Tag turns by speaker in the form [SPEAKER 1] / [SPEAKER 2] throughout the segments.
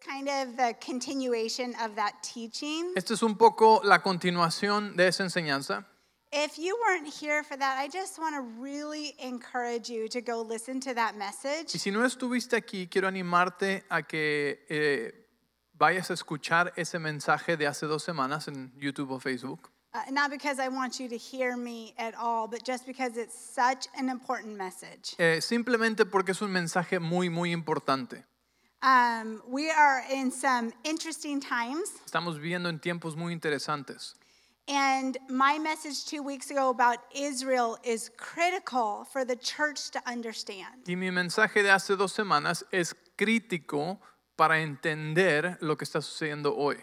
[SPEAKER 1] kind of the continuation of that teaching.
[SPEAKER 2] Esto es un poco la continuación de esa enseñanza.
[SPEAKER 1] If you weren't here for that, I just want to really encourage you to go listen to that
[SPEAKER 2] Y
[SPEAKER 1] message.
[SPEAKER 2] si no estuviste aquí, quiero animarte a que eh, vayas a escuchar ese mensaje de hace dos semanas en YouTube o Facebook.
[SPEAKER 1] Uh, not because I want you to hear me at all, but just because it's such an important message.
[SPEAKER 2] Eh, simplemente porque es un mensaje muy, muy importante.
[SPEAKER 1] Um, we are in some interesting times,
[SPEAKER 2] Estamos viviendo en tiempos muy interesantes.
[SPEAKER 1] and my message two weeks ago about Israel is critical for the church to understand.
[SPEAKER 2] Y mi mensaje de hace dos semanas es crítico para entender lo que está sucediendo hoy.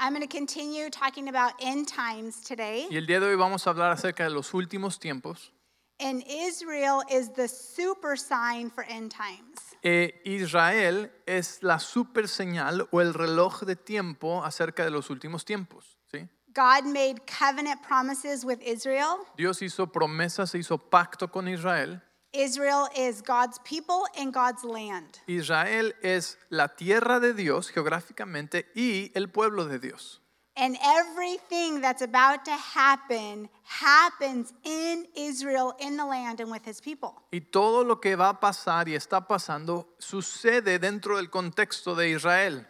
[SPEAKER 1] I'm going to continue talking about end times today.
[SPEAKER 2] Y el día de hoy vamos a hablar acerca de los últimos tiempos.
[SPEAKER 1] And Israel is the super sign for end times.
[SPEAKER 2] Eh, Israel es la super señal o el reloj de tiempo acerca de los últimos tiempos. ¿sí?
[SPEAKER 1] God made covenant promises with Israel.
[SPEAKER 2] Dios hizo promesas, e hizo pacto con Israel.
[SPEAKER 1] Israel is God's people and God's land.
[SPEAKER 2] Israel es la tierra de Dios geográficamente y el pueblo de Dios.
[SPEAKER 1] And everything that's about to happen happens in Israel, in the land, and with his people.
[SPEAKER 2] Y todo lo que va a pasar y está pasando sucede dentro del contexto de Israel.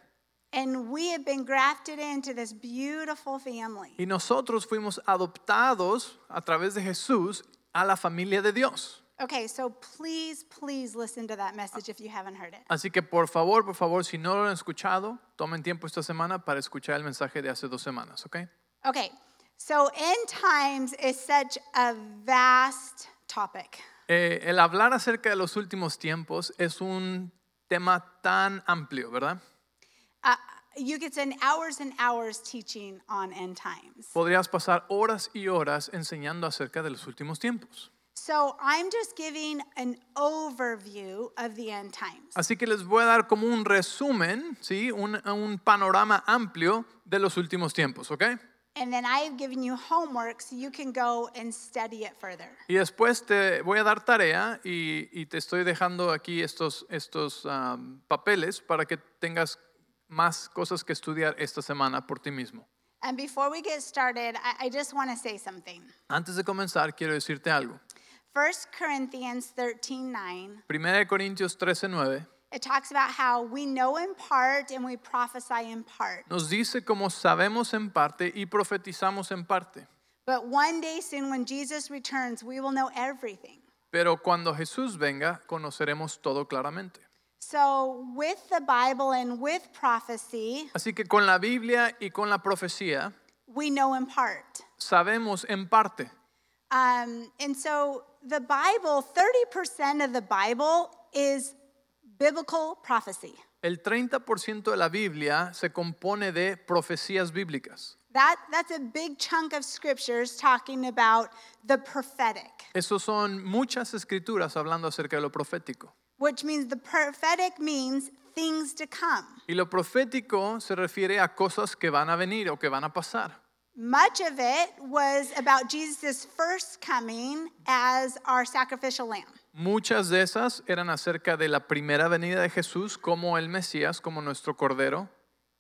[SPEAKER 1] And we have been grafted into this beautiful family.
[SPEAKER 2] Y nosotros fuimos adoptados a través de Jesús a la familia de Dios.
[SPEAKER 1] Okay, so please, please listen to that message if you haven't heard it.
[SPEAKER 2] Así que por favor, por favor, si no lo han escuchado, tomen tiempo esta semana para escuchar el mensaje de hace dos semanas, ¿ok?
[SPEAKER 1] Okay, so end times is such a vast topic.
[SPEAKER 2] Eh, el hablar acerca de los últimos tiempos es un tema tan amplio, ¿verdad?
[SPEAKER 1] Uh, you could spend hours and hours teaching on end times.
[SPEAKER 2] Podrías pasar horas y horas enseñando acerca de los últimos tiempos.
[SPEAKER 1] So I'm just giving an overview of the end times.
[SPEAKER 2] Así que les voy a dar como un resumen, ¿sí? Un, un panorama amplio de los últimos tiempos, ¿ok?
[SPEAKER 1] And then I have given you homework so you can go and study it further.
[SPEAKER 2] Y después te voy a dar tarea y, y te estoy dejando aquí estos, estos am, papeles para que tengas más cosas que estudiar esta semana por ti mismo.
[SPEAKER 1] And before we get started, I, I just want to say something.
[SPEAKER 2] Antes de comenzar, quiero decirte algo.
[SPEAKER 1] 1 Corinthians 13 9,
[SPEAKER 2] 1 Corintios 13:9
[SPEAKER 1] it talks about how we know in part and we prophesy in part.
[SPEAKER 2] nos dice cómo sabemos en parte y profetizamos en parte.
[SPEAKER 1] But one day soon, when Jesus returns, we will know everything.
[SPEAKER 2] Pero cuando Jesús venga, conoceremos todo claramente.
[SPEAKER 1] So, with the Bible and with prophecy,
[SPEAKER 2] Así que con la Biblia y con la profecía,
[SPEAKER 1] we know in part.
[SPEAKER 2] sabemos en parte.
[SPEAKER 1] Um, and so, the Bible, 30% of the Bible is biblical prophecy.
[SPEAKER 2] El 30% de la Biblia se compone de profecías bíblicas.
[SPEAKER 1] That, that's a big chunk of scriptures talking about the prophetic,
[SPEAKER 2] Esos son muchas escrituras hablando acerca de lo profético.
[SPEAKER 1] which means the prophetic means things to come.
[SPEAKER 2] Y lo profético se refiere a cosas que van a venir o que van a pasar.
[SPEAKER 1] Much of it was about Jesus' first coming as our sacrificial lamb.
[SPEAKER 2] Muchas de esas eran acerca de la primera venida de Jesús como el Mesías, como nuestro Cordero.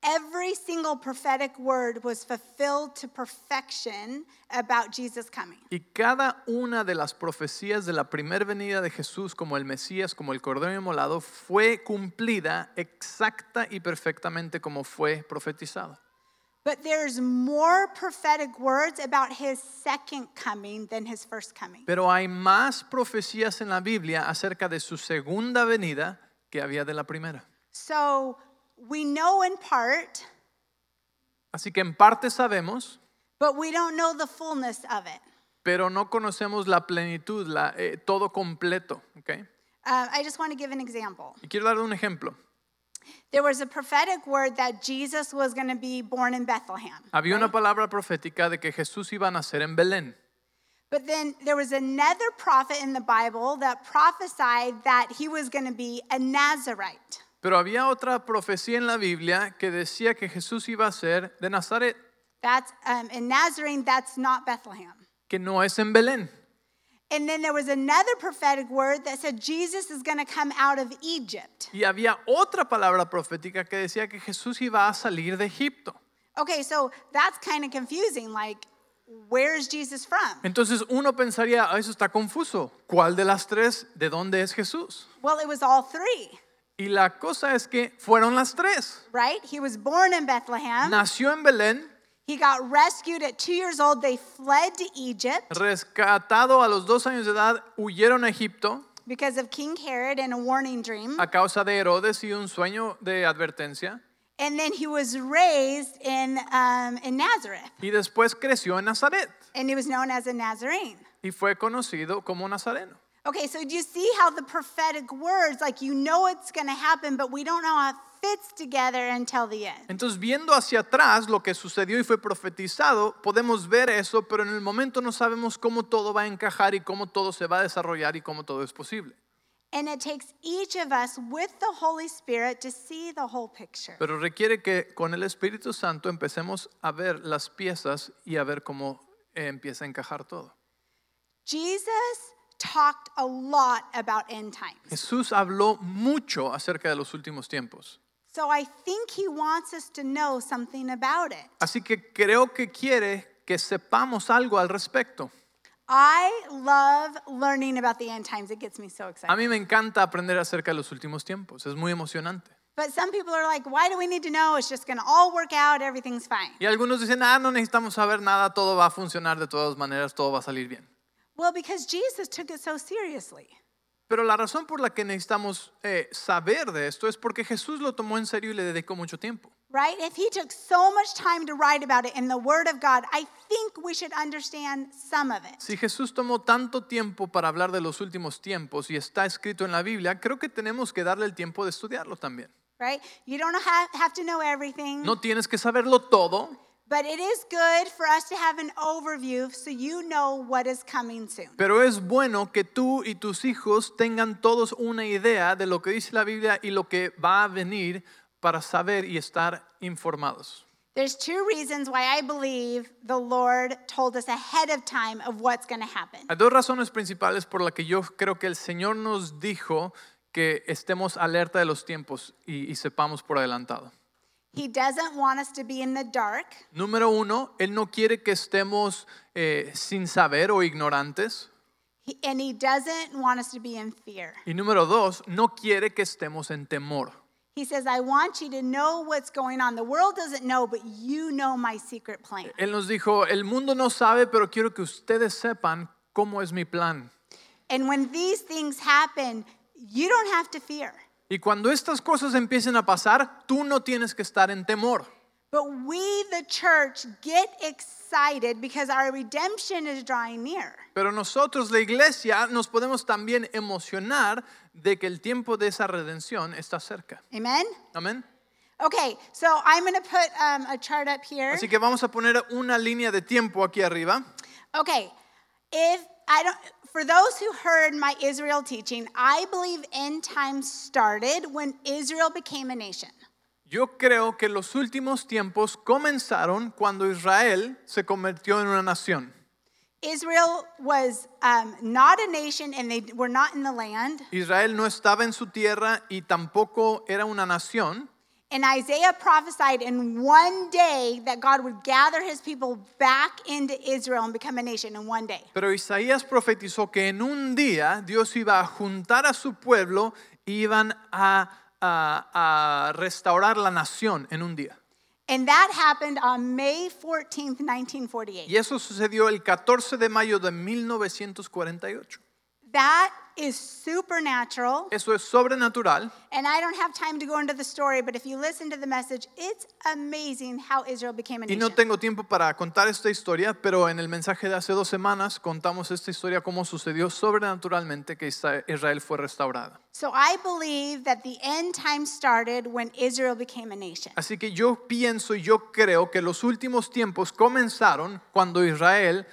[SPEAKER 1] Every single prophetic word was fulfilled to perfection about Jesus coming.
[SPEAKER 2] Y cada una de las profecías de la primera venida de Jesús como el Mesías, como el Cordero Inmolado, fue cumplida exacta y perfectamente como fue profetizada.
[SPEAKER 1] But there's more prophetic words about his second coming than his first coming.
[SPEAKER 2] Pero hay más profecías en la Biblia acerca de su segunda venida que había de la primera.
[SPEAKER 1] So we know in part,
[SPEAKER 2] Así que en parte sabemos,
[SPEAKER 1] but we don't know the fullness of it.
[SPEAKER 2] pero no conocemos la plenitud, la, eh, todo completo. ¿ok?
[SPEAKER 1] Uh, I just want to give an example.
[SPEAKER 2] Y quiero dar un ejemplo.
[SPEAKER 1] There was a prophetic word that Jesus was going to be born in Bethlehem.
[SPEAKER 2] Había una palabra profética de que Jesús iba a nacer en Belén.
[SPEAKER 1] But then there was another prophet in the Bible that prophesied that he was going to be a Nazarite.
[SPEAKER 2] Pero había otra profecía en la Biblia que decía que Jesús iba a ser de Nazaret,
[SPEAKER 1] That's um, in Nazarene. That's not Bethlehem.
[SPEAKER 2] que no es en Belén.
[SPEAKER 1] And then there was another prophetic word that said Jesus is going to come out of Egypt.
[SPEAKER 2] Y había otra palabra profética que decía que Jesús iba a salir de Egipto.
[SPEAKER 1] Okay, so that's kind of confusing. Like, where is Jesus from?
[SPEAKER 2] Entonces uno pensaría, "Ah, eso está confuso. ¿Cuál de las tres? ¿De dónde es Jesús?
[SPEAKER 1] Well, it was all three,
[SPEAKER 2] Y la cosa es que fueron las tres.
[SPEAKER 1] right? He was born in Bethlehem.
[SPEAKER 2] Nació en Belén,
[SPEAKER 1] He got rescued at two years old. They fled to Egypt
[SPEAKER 2] rescatado a los dos años de edad, huyeron a Egipto
[SPEAKER 1] because of King Herod and a warning dream.
[SPEAKER 2] a causa de Herodes y un sueño de advertencia.
[SPEAKER 1] And then he was raised in, um, in Nazareth,
[SPEAKER 2] Y después creció en Nazaret
[SPEAKER 1] and he was known as a Nazarene.
[SPEAKER 2] y fue conocido como Nazareno.
[SPEAKER 1] Okay, so do you see how the prophetic words, like you know it's going to happen, but we don't know how it fits together until the end?
[SPEAKER 2] Entonces, viendo hacia atrás lo que sucedió y fue profetizado, podemos ver eso, pero en el momento no sabemos cómo todo va a encajar y cómo todo se va a desarrollar y cómo todo es posible.
[SPEAKER 1] And it takes each of us with the Holy Spirit to see the whole picture.
[SPEAKER 2] Pero requiere que con el Espíritu Santo empecemos a ver las piezas y a ver cómo eh, empieza a encajar todo.
[SPEAKER 1] Jesus talked a lot about end times.
[SPEAKER 2] Jesús habló mucho acerca de los últimos tiempos,
[SPEAKER 1] So I think he wants us to know something about it.
[SPEAKER 2] así que creo que quiere que sepamos algo al respecto.
[SPEAKER 1] I love learning about the end times. It gets me so
[SPEAKER 2] A
[SPEAKER 1] excited.
[SPEAKER 2] mí me encanta aprender acerca de los últimos tiempos, es muy emocionante.
[SPEAKER 1] But some people are like, why do we need to know? It's just going to all work out. Everything's fine.
[SPEAKER 2] Y algunos dicen, ah, no necesitamos saber nada, todo va a funcionar de todas maneras, todo va a salir bien.
[SPEAKER 1] Well, because Jesus took it so seriously.
[SPEAKER 2] Pero la razón por la que necesitamos eh, saber de esto es porque Jesús lo tomó en serio y le dedicó mucho tiempo.
[SPEAKER 1] Right? If he took so much time to write about it in the Word of God, I think we should understand some of it.
[SPEAKER 2] Si Jesús tomó tanto tiempo para hablar de los últimos tiempos y está escrito en la Biblia, creo que tenemos que darle el tiempo de estudiarlo también.
[SPEAKER 1] Right? You don't have, have to know everything,
[SPEAKER 2] No tienes que saberlo todo,
[SPEAKER 1] but it is good for us to have an overview so you know what is coming soon.
[SPEAKER 2] pero es bueno que tú y tus hijos tengan todos una idea de lo que dice la Biblia y lo que va a venir para saber y estar informados.
[SPEAKER 1] There's two reasons why I believe the Lord told us ahead of time of what's going to happen.
[SPEAKER 2] Hay dos razones principales por las que yo creo que el Señor nos dijo que estemos alerta de los tiempos y, y sepamos por adelantado.
[SPEAKER 1] He doesn't want us to be in the dark,
[SPEAKER 2] Número uno, Él no quiere que estemos eh, sin saber o ignorantes.
[SPEAKER 1] he- and He doesn't want us to be in fear.
[SPEAKER 2] Y número dos, no quiere que estemos en temor.
[SPEAKER 1] He says, I want you to know what's going on. The world doesn't know, but you know my secret plan.
[SPEAKER 2] Él nos dijo, el mundo no sabe, pero quiero que ustedes sepan cómo es mi plan.
[SPEAKER 1] And when these things happen, you don't have to fear.
[SPEAKER 2] Y cuando estas cosas empiecen a pasar, tú no tienes que estar en temor.
[SPEAKER 1] But we, the church, get excited because our redemption is drawing near.
[SPEAKER 2] Pero nosotros, la iglesia, nos podemos también emocionar de que el tiempo de esa redención está cerca.
[SPEAKER 1] Amen?
[SPEAKER 2] Amén.
[SPEAKER 1] Okay, so I'm going to put um, a chart up here.
[SPEAKER 2] Así que vamos a poner una línea de tiempo aquí arriba.
[SPEAKER 1] Okay, if I don't, for those who heard my Israel teaching, I believe end times started when Israel became a nation.
[SPEAKER 2] Yo creo que los últimos tiempos comenzaron cuando Israel se convirtió en una nación.
[SPEAKER 1] Israel was um, not a nation and they were not in the land.
[SPEAKER 2] Israel no estaba en su tierra y tampoco era una nación.
[SPEAKER 1] And Isaiah prophesied in one day that God would gather his people back into Israel and become a nation in one day.
[SPEAKER 2] Pero Isaías profetizó que en un día Dios iba a juntar a su pueblo y iban a, a- a restaurar la nación en un día.
[SPEAKER 1] And that happened on May 14th, 1948.
[SPEAKER 2] Y eso sucedió el 14 de mayo de 1948.
[SPEAKER 1] That is supernatural.
[SPEAKER 2] Eso es sobrenatural.
[SPEAKER 1] And I don't have time to go into the story, but if you listen to the message, it's amazing how Israel became a
[SPEAKER 2] Y
[SPEAKER 1] nation.
[SPEAKER 2] no tengo tiempo para contar esta historia, pero en el mensaje de hace dos semanas contamos esta historia, cómo sucedió sobrenaturalmente que Isa- Israel fue restaurada.
[SPEAKER 1] so I believe that the end time started when Israel became a nation.
[SPEAKER 2] Así que yo pienso y yo creo que los últimos tiempos comenzaron cuando Israel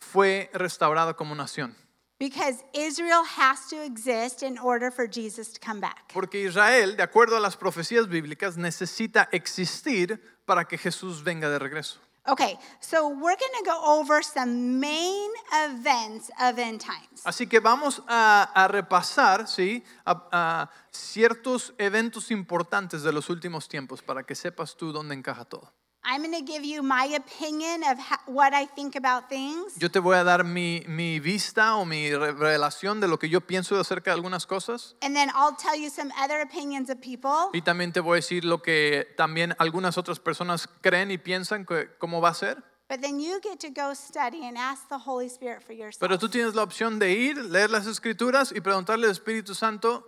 [SPEAKER 2] fue restaurada como nación.
[SPEAKER 1] Because Israel has to exist in order for Jesus to come back.
[SPEAKER 2] Porque Israel, de acuerdo a las profecías bíblicas, necesita existir para que Jesús venga de regreso.
[SPEAKER 1] Okay, so we're going to go over some main events of end times.
[SPEAKER 2] Así que vamos a, a repasar ¿sí? a, a ciertos eventos importantes de los últimos tiempos para que sepas tú dónde encaja todo.
[SPEAKER 1] I'm going to give you my opinion of ho- what I think about things,
[SPEAKER 2] Yo te voy a dar mi, mi vista o mi re- revelación de lo que yo pienso acerca de algunas cosas
[SPEAKER 1] and then I'll tell you some other opinions of people.
[SPEAKER 2] y también te voy a decir lo que también algunas otras personas creen y piensan que, cómo va a ser.
[SPEAKER 1] But then you get to go study and ask the Holy Spirit for yourself.
[SPEAKER 2] Pero tú tienes la opción de ir, leer las escrituras y preguntarle al Espíritu Santo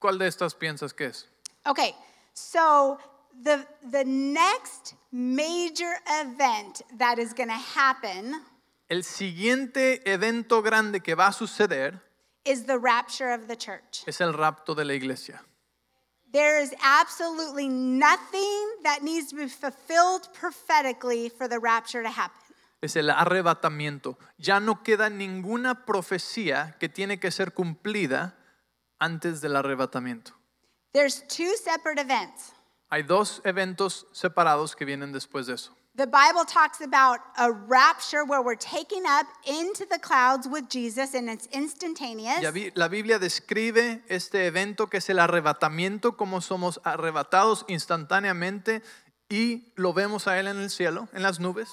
[SPEAKER 2] cuál de estas piensas que es.
[SPEAKER 1] Okay, so the the next major event that is going to happen
[SPEAKER 2] El siguiente evento grande que va a suceder
[SPEAKER 1] is the rapture of the church.
[SPEAKER 2] es el rapto de la iglesia.
[SPEAKER 1] There is absolutely nothing that needs to be fulfilled prophetically for the rapture to happen.
[SPEAKER 2] Es el arrebatamiento. Ya no queda ninguna profecía que tiene que ser cumplida antes del arrebatamiento.
[SPEAKER 1] There's two separate events.
[SPEAKER 2] Hay dos eventos separados que vienen después de eso.
[SPEAKER 1] The Bible talks about a rapture where we're taken up into the clouds with Jesus and it's instantaneous.
[SPEAKER 2] Ya vi- La Biblia describe este evento que es el arrebatamiento, como somos arrebatados instantáneamente y lo vemos a Él en el cielo, en las nubes.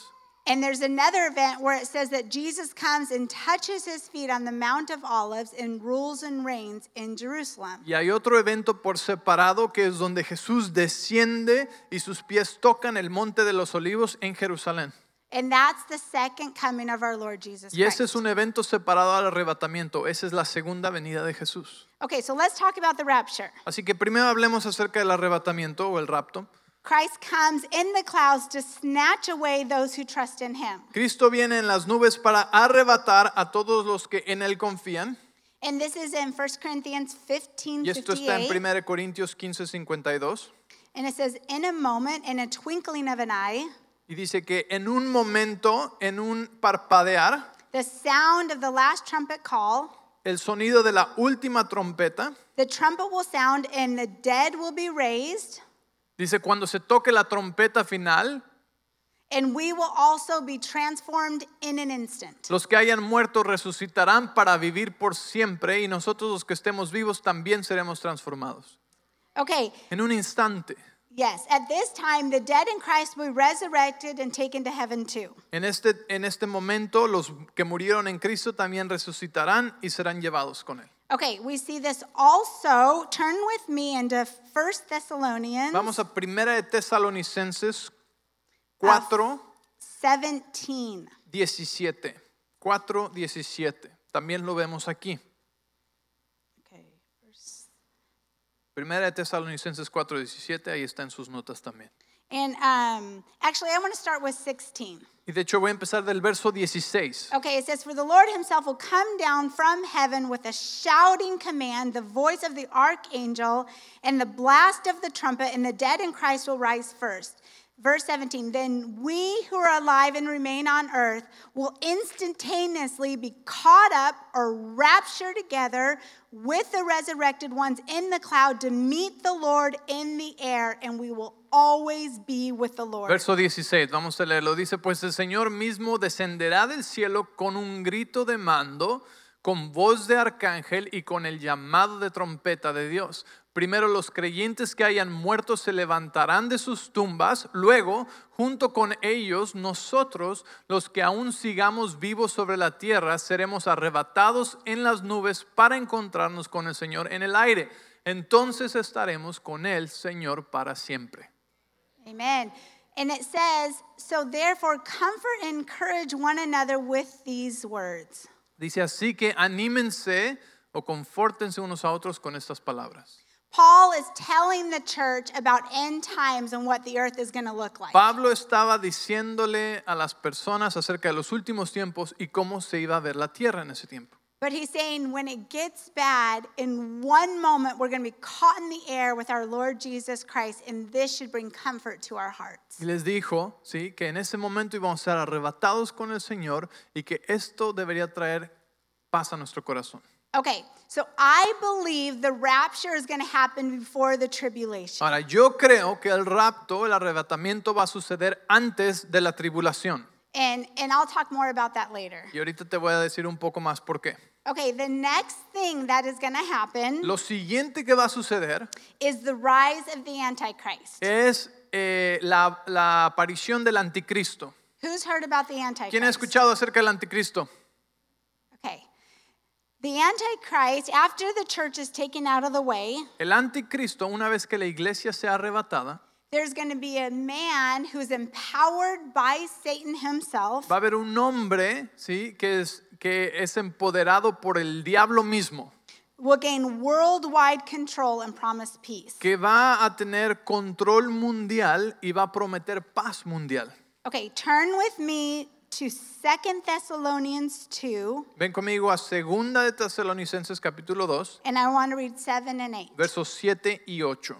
[SPEAKER 1] And there's another event where it says that Jesus comes and touches his feet on the Mount of Olives and rules and reigns in Jerusalem.
[SPEAKER 2] Y hay otro evento por separado que es donde Jesús desciende y sus pies tocan el monte de los olivos en Jerusalén.
[SPEAKER 1] And that's the second coming of our Lord Jesus
[SPEAKER 2] Y ese
[SPEAKER 1] Christ.
[SPEAKER 2] es un evento separado al arrebatamiento. Esa es la segunda venida de Jesús.
[SPEAKER 1] Okay, so let's talk about the rapture.
[SPEAKER 2] Así que primero hablemos acerca del arrebatamiento o el rapto.
[SPEAKER 1] Christ comes in the clouds to snatch away those who trust in him.
[SPEAKER 2] Cristo viene en las nubes para arrebatar a todos los que en Él confían.
[SPEAKER 1] And this is in 1 Corinthians 15
[SPEAKER 2] Y esto está en
[SPEAKER 1] 58.
[SPEAKER 2] 1 Corintios 15, 52.
[SPEAKER 1] And it says, In a moment, in a twinkling of an eye,
[SPEAKER 2] Y dice que en un momento, en un parpadear,
[SPEAKER 1] the sound of the last trumpet call,
[SPEAKER 2] el sonido de la última trompeta,
[SPEAKER 1] the trumpet will sound and the dead will be raised.
[SPEAKER 2] dice cuando se toque la trompeta final,
[SPEAKER 1] And we will also be transformed in an instant.
[SPEAKER 2] los que hayan muerto resucitarán para vivir por siempre y nosotros los que estemos vivos también seremos transformados.
[SPEAKER 1] Okay,
[SPEAKER 2] En un instante,
[SPEAKER 1] yes, at this time, the dead in Christ will be resurrected and taken to heaven too.
[SPEAKER 2] en este, en este momento, los que murieron en Cristo también resucitarán y serán llevados con Él.
[SPEAKER 1] Okay, we see this also. Turn with me into 1 Thessalonians
[SPEAKER 2] Vamos a Primera de Tesalonicenses 4.
[SPEAKER 1] 17.
[SPEAKER 2] 17. 4, 17. También lo vemos aquí.
[SPEAKER 1] Okay, verse-
[SPEAKER 2] Primera de Tesalonicenses 4, 17. Ahí está en sus notas también.
[SPEAKER 1] And um, actually, I want to start with 16.
[SPEAKER 2] Y de hecho voy a empezar del verso 16.
[SPEAKER 1] Okay, it says, For the Lord himself will come down from heaven with a shouting command, the voice of the archangel, and the blast of the trumpet, and the dead in Christ will rise first. Verse 17, then we who are alive and remain on earth will instantaneously be caught up or raptured together with the resurrected ones in the cloud to meet the Lord in the air, and we will always be with the Lord.
[SPEAKER 2] Verso 16, vamos a leerlo. Dice, pues el Señor mismo descenderá del cielo con un grito de mando, con voz de arcángel y con el llamado de trompeta de Dios. Primero los creyentes que hayan muerto se levantarán de sus tumbas, luego, junto con ellos, nosotros, los que aún sigamos vivos sobre la tierra, seremos arrebatados en las nubes para encontrarnos con el Señor en el aire. Entonces estaremos con el Señor para siempre.
[SPEAKER 1] Amen. And it says, So therefore, comfort and encourage one another with these words.
[SPEAKER 2] Dice así que anímense o confórtense unos a otros con estas palabras.
[SPEAKER 1] Paul is telling the church about end times and what the earth is going to look like.
[SPEAKER 2] Pablo estaba diciéndole a las personas acerca de los últimos tiempos y cómo se iba a ver la tierra en ese tiempo.
[SPEAKER 1] But he's saying, when it gets bad, in one moment, we're going to be caught in the air with our Lord Jesus Christ, and this should bring comfort to our hearts.
[SPEAKER 2] Y les dijo, sí, que en ese momento íbamos a ser arrebatados con el Señor y que esto debería traer paz a nuestro corazón.
[SPEAKER 1] Okay, so I believe the rapture is going to happen before the tribulation.
[SPEAKER 2] Ahora, yo creo que el rapto, el arrebatamiento va a suceder antes de la tribulación.
[SPEAKER 1] And, and I'll talk more about that later.
[SPEAKER 2] Y ahorita te voy a decir un poco más por qué.
[SPEAKER 1] Okay, the next thing that is going to happen
[SPEAKER 2] Lo siguiente que va a suceder
[SPEAKER 1] is the rise of the Antichrist.
[SPEAKER 2] es eh, la, la aparición del anticristo.
[SPEAKER 1] Who's heard about the
[SPEAKER 2] ¿Quién ha
[SPEAKER 1] Antichrist?
[SPEAKER 2] escuchado acerca del anticristo?
[SPEAKER 1] Okay. The Antichrist, after the church is taken out of the way,
[SPEAKER 2] El anticristo, una vez que la iglesia sea arrebatada,
[SPEAKER 1] there's going to be a man who's empowered by Satan himself,
[SPEAKER 2] va a haber un hombre ¿sí? que, es, que es empoderado por el diablo mismo,
[SPEAKER 1] will gain worldwide control and promise peace.
[SPEAKER 2] que va a tener control mundial y va a prometer paz mundial.
[SPEAKER 1] Okay, turn with me to Second Thessalonians 2,
[SPEAKER 2] Ven conmigo a 2 de Tesalonicenses capítulo 2,
[SPEAKER 1] and I want to read 7 and 8.
[SPEAKER 2] versos 7 y 8.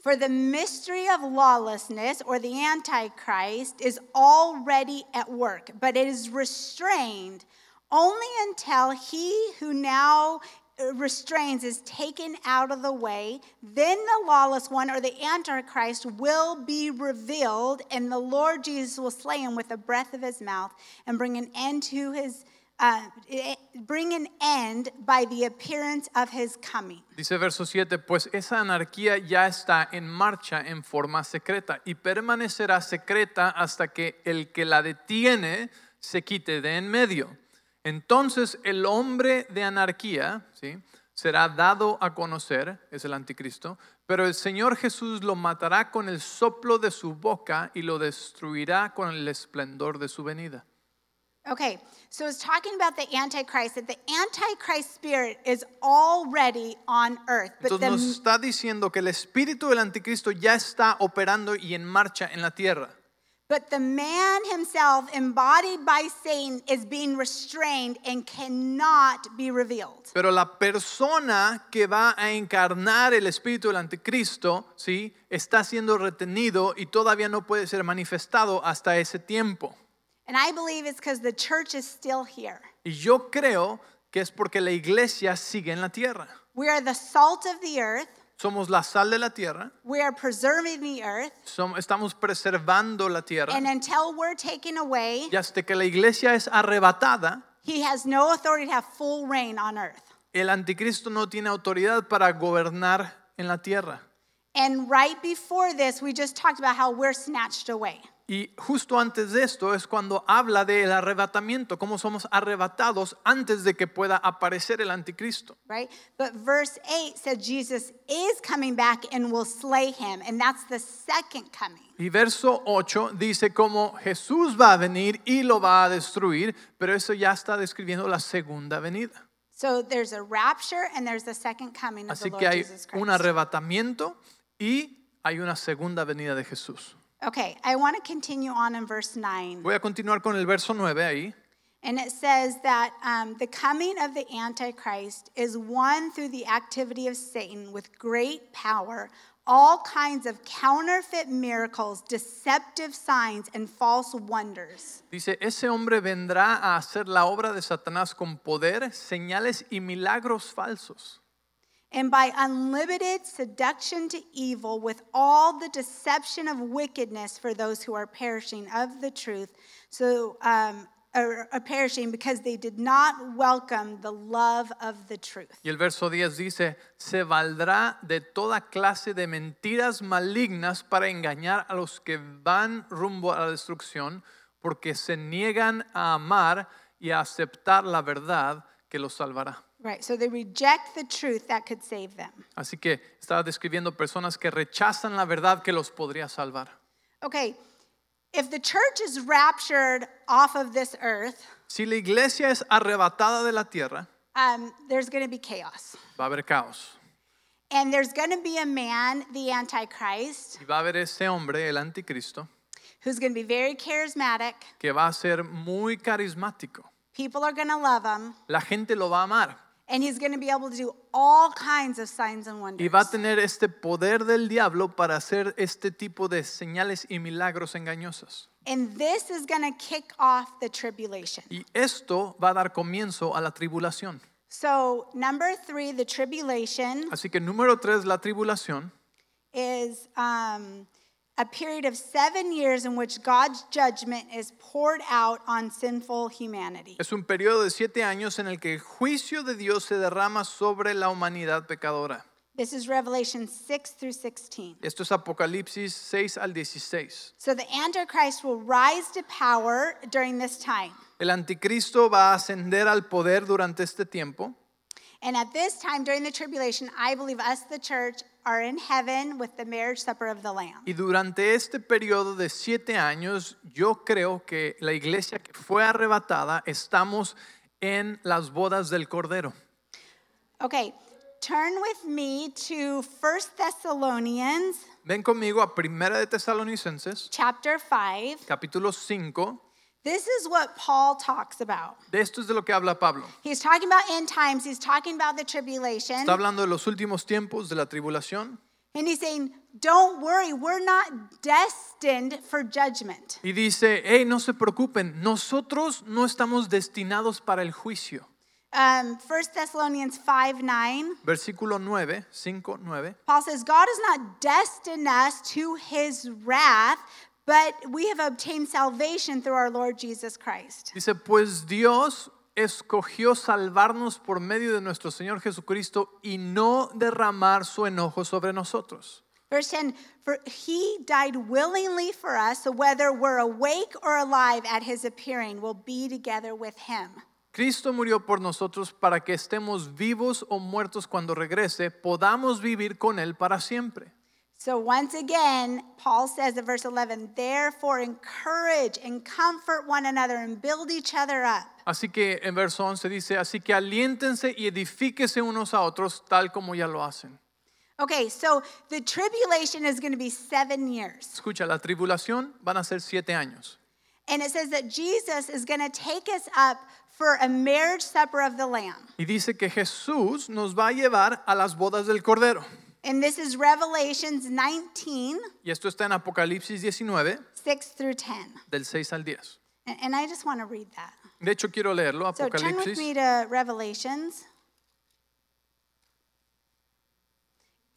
[SPEAKER 1] For the mystery of lawlessness or the Antichrist is already at work, but it is restrained only until he who now uh, restrains is taken out of the way. Then the lawless one or the Antichrist will be revealed, and the Lord Jesus will slay him with the breath of his mouth and bring an end to his. Uh, eh, bring an end by the appearance of his coming.
[SPEAKER 2] Dice verso 7, pues esa anarquía ya está en marcha en forma secreta y permanecerá secreta hasta que el que la detiene se quite de en medio. Entonces el hombre de anarquía ¿sí? será dado a conocer, es el anticristo, pero el Señor Jesús lo matará con el soplo de su boca y lo destruirá con el esplendor de su venida.
[SPEAKER 1] Okay, so it's talking about the Antichrist, that the Antichrist spirit is already on earth. But
[SPEAKER 2] Entonces nos
[SPEAKER 1] the,
[SPEAKER 2] está diciendo que el espíritu del anticristo ya está operando y en marcha en la tierra.
[SPEAKER 1] but the man himself, embodied by Satan, is being restrained and cannot be revealed.
[SPEAKER 2] Pero la persona que va a encarnar el espíritu del anticristo, ¿sí? Está siendo retenido y todavía no puede ser manifestado hasta ese tiempo.
[SPEAKER 1] And I believe it's because the church is still here.
[SPEAKER 2] Y yo creo que es porque la iglesia sigue en la tierra.
[SPEAKER 1] We are the salt of the earth,
[SPEAKER 2] Somos la sal de la tierra,
[SPEAKER 1] we are preserving the earth,
[SPEAKER 2] som- estamos preservando la tierra.
[SPEAKER 1] and until we're taken away,
[SPEAKER 2] Y hasta que la iglesia es arrebatada,
[SPEAKER 1] he has no authority to have full reign on earth.
[SPEAKER 2] el anticristo no tiene autoridad para gobernar en la tierra.
[SPEAKER 1] And right before this, we just talked about how we're snatched away.
[SPEAKER 2] Y justo antes de esto es cuando habla del arrebatamiento, cómo somos arrebatados antes de que pueda aparecer el anticristo.
[SPEAKER 1] right? But verse 8 said Jesus is coming back and will slay him, and that's the second coming.
[SPEAKER 2] Y verso 8 dice cómo Jesús va a venir y lo va a destruir, pero eso ya está describiendo la segunda venida.
[SPEAKER 1] So there's a rapture and there's a second coming of
[SPEAKER 2] Así
[SPEAKER 1] the
[SPEAKER 2] que
[SPEAKER 1] Lord
[SPEAKER 2] hay
[SPEAKER 1] Jesus Christ.
[SPEAKER 2] un arrebatamiento y hay una segunda venida de Jesús.
[SPEAKER 1] okay, I want to continue on in verse 9.
[SPEAKER 2] Voy a continuar con el verso 9 ahí.
[SPEAKER 1] And it says that um, the coming of the Antichrist is won through the activity of Satan with great power, all kinds of counterfeit miracles, deceptive signs, and false wonders.
[SPEAKER 2] Dice, ese hombre vendrá a hacer la obra de Satanás con poder, señales y milagros falsos.
[SPEAKER 1] and by unlimited seduction to evil with all the deception of wickedness for those who are perishing of the truth so um, are, are perishing because they did not welcome the love of the truth
[SPEAKER 2] Y el verso 10 dice, se valdrá de toda clase de mentiras malignas para engañar a los que van rumbo a la destrucción, porque se niegan a amar y a aceptar la verdad que los salvará.
[SPEAKER 1] right so they reject the truth that could save them
[SPEAKER 2] Así que estaba describiendo personas que rechazan la verdad que los podría salvar.
[SPEAKER 1] okay if the church is raptured off of this earth
[SPEAKER 2] Si la iglesia es arrebatada de la tierra,
[SPEAKER 1] um, there's going to be chaos
[SPEAKER 2] va a haber caos.
[SPEAKER 1] and there's going to be a man the antichrist
[SPEAKER 2] Y va a haber ese hombre, el anticristo,
[SPEAKER 1] who's going to be very charismatic
[SPEAKER 2] que va a ser muy carismático.
[SPEAKER 1] people are going to love him
[SPEAKER 2] La gente lo va a amar.
[SPEAKER 1] And he's going to be able to do all kinds of signs and
[SPEAKER 2] Y
[SPEAKER 1] wonders.
[SPEAKER 2] va a tener este poder del diablo para hacer este tipo de señales y milagros engañosas.
[SPEAKER 1] And this is going to kick off the tribulation.
[SPEAKER 2] Y esto va a dar comienzo a la tribulación.
[SPEAKER 1] So, number three, the tribulation
[SPEAKER 2] Así que número tres, la tribulación,
[SPEAKER 1] is um, a period of seven years in which God's judgment is poured out on sinful humanity.
[SPEAKER 2] es un periodo de siete años en el que el juicio de Dios se derrama sobre la humanidad pecadora.
[SPEAKER 1] This is Revelation 6 through 16.
[SPEAKER 2] Esto es Apocalipsis 6 al 16.
[SPEAKER 1] So, the Antichrist will rise to power during this time.
[SPEAKER 2] El anticristo va a ascender al poder durante este tiempo.
[SPEAKER 1] And at this time, during the tribulation, I believe us, the church, are in heaven with the marriage supper of the Lamb.
[SPEAKER 2] Y durante este periodo de siete años, yo creo que la iglesia que fue arrebatada, estamos en las bodas del Cordero.
[SPEAKER 1] Okay, turn with me to 1 Thessalonians
[SPEAKER 2] Ven conmigo a Primera de Tesalonicenses,
[SPEAKER 1] chapter 5.
[SPEAKER 2] capítulo 5.
[SPEAKER 1] This is what Paul talks about.
[SPEAKER 2] De esto es de lo que habla Pablo.
[SPEAKER 1] He's talking about end times, he's talking about the tribulation,
[SPEAKER 2] Está hablando de los últimos tiempos, de la tribulación,
[SPEAKER 1] and he's saying, Don't worry, we're not destined for judgment.
[SPEAKER 2] y dice, hey, no se preocupen, nosotros no estamos destinados para el juicio.
[SPEAKER 1] Um, 1 Thessalonians 5 9,
[SPEAKER 2] Versículo 9, 5, 9.
[SPEAKER 1] Paul says, God has not destined us to his wrath, but we have obtained salvation through our Lord Jesus Christ.
[SPEAKER 2] Dice, pues Dios escogió salvarnos por medio de nuestro Señor Jesucristo y no derramar su enojo sobre nosotros.
[SPEAKER 1] Verse 10 For he died willingly for us, so whether we're awake or alive at his appearing, we'll be together with him.
[SPEAKER 2] Cristo murió por nosotros para que estemos vivos o muertos cuando regrese, podamos vivir con Él para siempre.
[SPEAKER 1] So, once again, Paul says in verse 11, Therefore, encourage and comfort one another and build each other up.
[SPEAKER 2] Así que en verso 11 dice, así que aliéntense y edifíquese unos a otros tal como ya lo hacen.
[SPEAKER 1] Okay, so the tribulation is going to be seven years.
[SPEAKER 2] Escucha, la tribulación van a ser siete años.
[SPEAKER 1] And it says that Jesus is going to take us up for a marriage supper of the Lamb.
[SPEAKER 2] Y dice que Jesús nos va a llevar a las bodas del Cordero.
[SPEAKER 1] And this is Revelations 19,
[SPEAKER 2] Y esto está en Apocalipsis 19,
[SPEAKER 1] 6 through 10.
[SPEAKER 2] del 6 al 10.
[SPEAKER 1] And, and I just want to read that.
[SPEAKER 2] De hecho, quiero leerlo,
[SPEAKER 1] So turn with me
[SPEAKER 2] Apocalipsis.
[SPEAKER 1] to Revelations.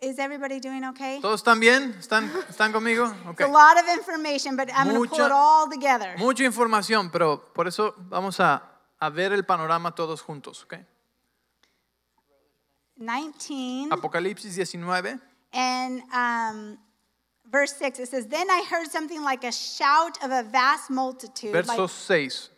[SPEAKER 1] Is everybody doing okay?
[SPEAKER 2] ¿Todos están bien? ¿Están, están conmigo? Ok.
[SPEAKER 1] It's a lot of information, but I'm going to pull
[SPEAKER 2] Mucha-
[SPEAKER 1] it all together.
[SPEAKER 2] Mucha información, pero por eso vamos a, a ver el panorama todos juntos. ok.
[SPEAKER 1] 19
[SPEAKER 2] Apocalipsis 19,
[SPEAKER 1] and um, verse 6, it says, Then I heard something like a shout of a vast multitude,
[SPEAKER 2] verso
[SPEAKER 1] like,
[SPEAKER 2] 6.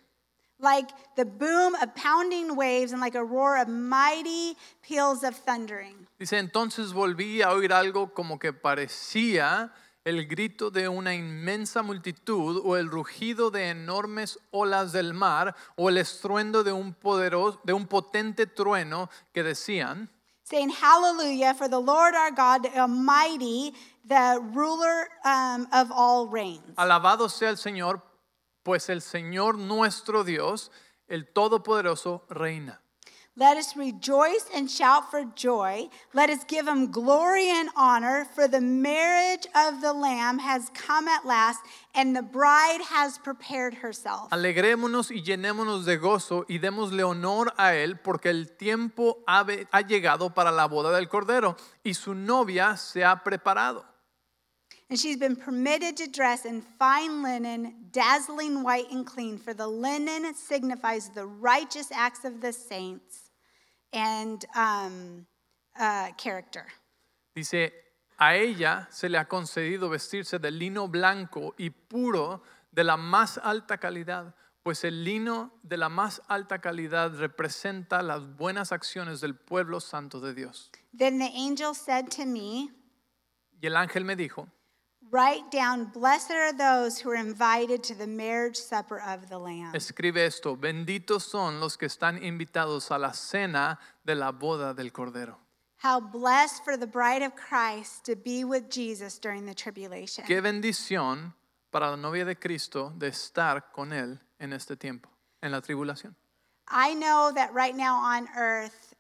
[SPEAKER 1] like the boom of pounding waves and like a roar of mighty peals of thundering.
[SPEAKER 2] Dice, entonces volví a oír algo como que parecía el grito de una inmensa multitud o el rugido de enormes olas del mar o el estruendo de un poderoso de un potente trueno que decían
[SPEAKER 1] Saying, Hallelujah, for the Lord our God, Almighty, the ruler um, of all reigns.
[SPEAKER 2] Alabado sea el Señor, pues el Señor nuestro Dios, el Todopoderoso, reina.
[SPEAKER 1] Let us rejoice and shout for joy. Let us give him glory and honor, for the marriage of the Lamb has come at last, and the bride has prepared herself.
[SPEAKER 2] Alegrémonos y llenémonos de gozo y démosle honor a Él, porque el tiempo ha, ve- ha llegado para la boda del Cordero y su novia se ha preparado.
[SPEAKER 1] And she's been permitted to dress in fine linen, dazzling white and clean, for the linen signifies the righteous acts of the saints and um, uh, character.
[SPEAKER 2] Dice, a ella se le ha concedido vestirse de lino blanco y puro de la más alta calidad, pues el lino de la más alta calidad representa las buenas acciones del pueblo santo de Dios.
[SPEAKER 1] Then the angel said to me,
[SPEAKER 2] Y el ángel me dijo,
[SPEAKER 1] Write down, blessed are those who are invited to the marriage supper of the Lamb.
[SPEAKER 2] escribe esto, benditos son los que están invitados a la cena de la boda del Cordero.
[SPEAKER 1] How blessed for the bride of Christ to be with Jesus during the tribulation.
[SPEAKER 2] Qué bendición para la novia de Cristo de estar con Él en este tiempo, en la tribulación.
[SPEAKER 1] I know that right now on earth,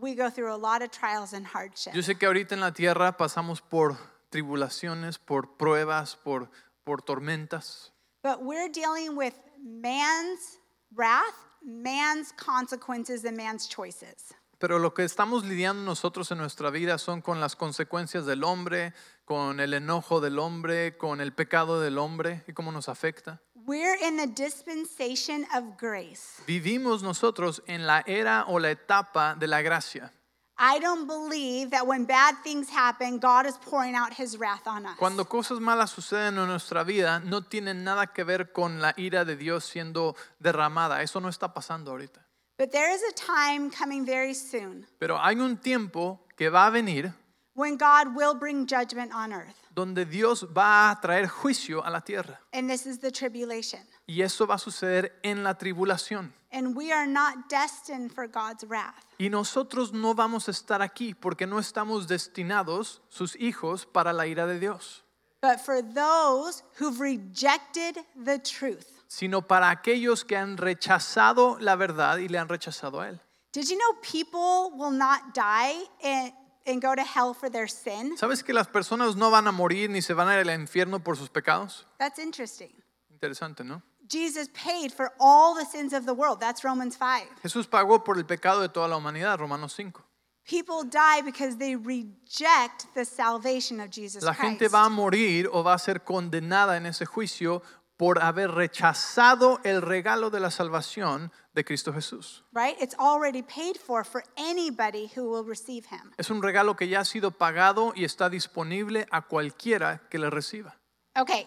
[SPEAKER 1] we go through a lot of trials and hardship.
[SPEAKER 2] Yo sé que ahorita en la tierra pasamos por tribulaciones, por pruebas, por, por tormentas,
[SPEAKER 1] But we're dealing with man's wrath, man's consequences and man's choices.
[SPEAKER 2] Pero lo que estamos lidiando nosotros en nuestra vida son con las consecuencias del hombre, con el enojo del hombre, con el pecado del hombre y cómo nos afecta.
[SPEAKER 1] We're in the dispensation of grace.
[SPEAKER 2] Vivimos nosotros en la era o la etapa de la gracia.
[SPEAKER 1] I don't believe that when bad things happen, God is pouring out his wrath on us.
[SPEAKER 2] Cuando cosas malas suceden en nuestra vida, no tienen nada que ver con la ira de Dios siendo derramada. Eso no está pasando ahorita.
[SPEAKER 1] But there is a time coming very soon
[SPEAKER 2] Pero hay un tiempo que va a venir
[SPEAKER 1] when God will bring judgment on earth,
[SPEAKER 2] donde Dios va a traer juicio a la tierra.
[SPEAKER 1] and this is the tribulation.
[SPEAKER 2] Y eso va a suceder en la tribulación.
[SPEAKER 1] And we are not destined for God's wrath.
[SPEAKER 2] Y nosotros no vamos a estar aquí porque no estamos destinados, sus hijos, para la ira de Dios,
[SPEAKER 1] But for those who've rejected the truth.
[SPEAKER 2] sino para aquellos que han rechazado la verdad y le han rechazado a Él.
[SPEAKER 1] Did you know people will not die and, and go to hell for their sin?
[SPEAKER 2] ¿Sabes que las personas no van a morir ni se van a ir al infierno por sus pecados?
[SPEAKER 1] That's interesting.
[SPEAKER 2] Interesante, ¿no?
[SPEAKER 1] Jesus paid for all the sins of the world. That's Romans 5.
[SPEAKER 2] Jesús pagó por el pecado de toda la humanidad, Romanos 5.
[SPEAKER 1] People die because they reject the salvation of Jesus
[SPEAKER 2] La
[SPEAKER 1] Christ.
[SPEAKER 2] gente va a morir o va a ser condenada en ese juicio por haber rechazado el regalo de la salvación de Cristo Jesús.
[SPEAKER 1] right? It's already paid for for anybody who will receive him.
[SPEAKER 2] Es un regalo que ya ha sido pagado y está disponible a cualquiera que le reciba.
[SPEAKER 1] Okay.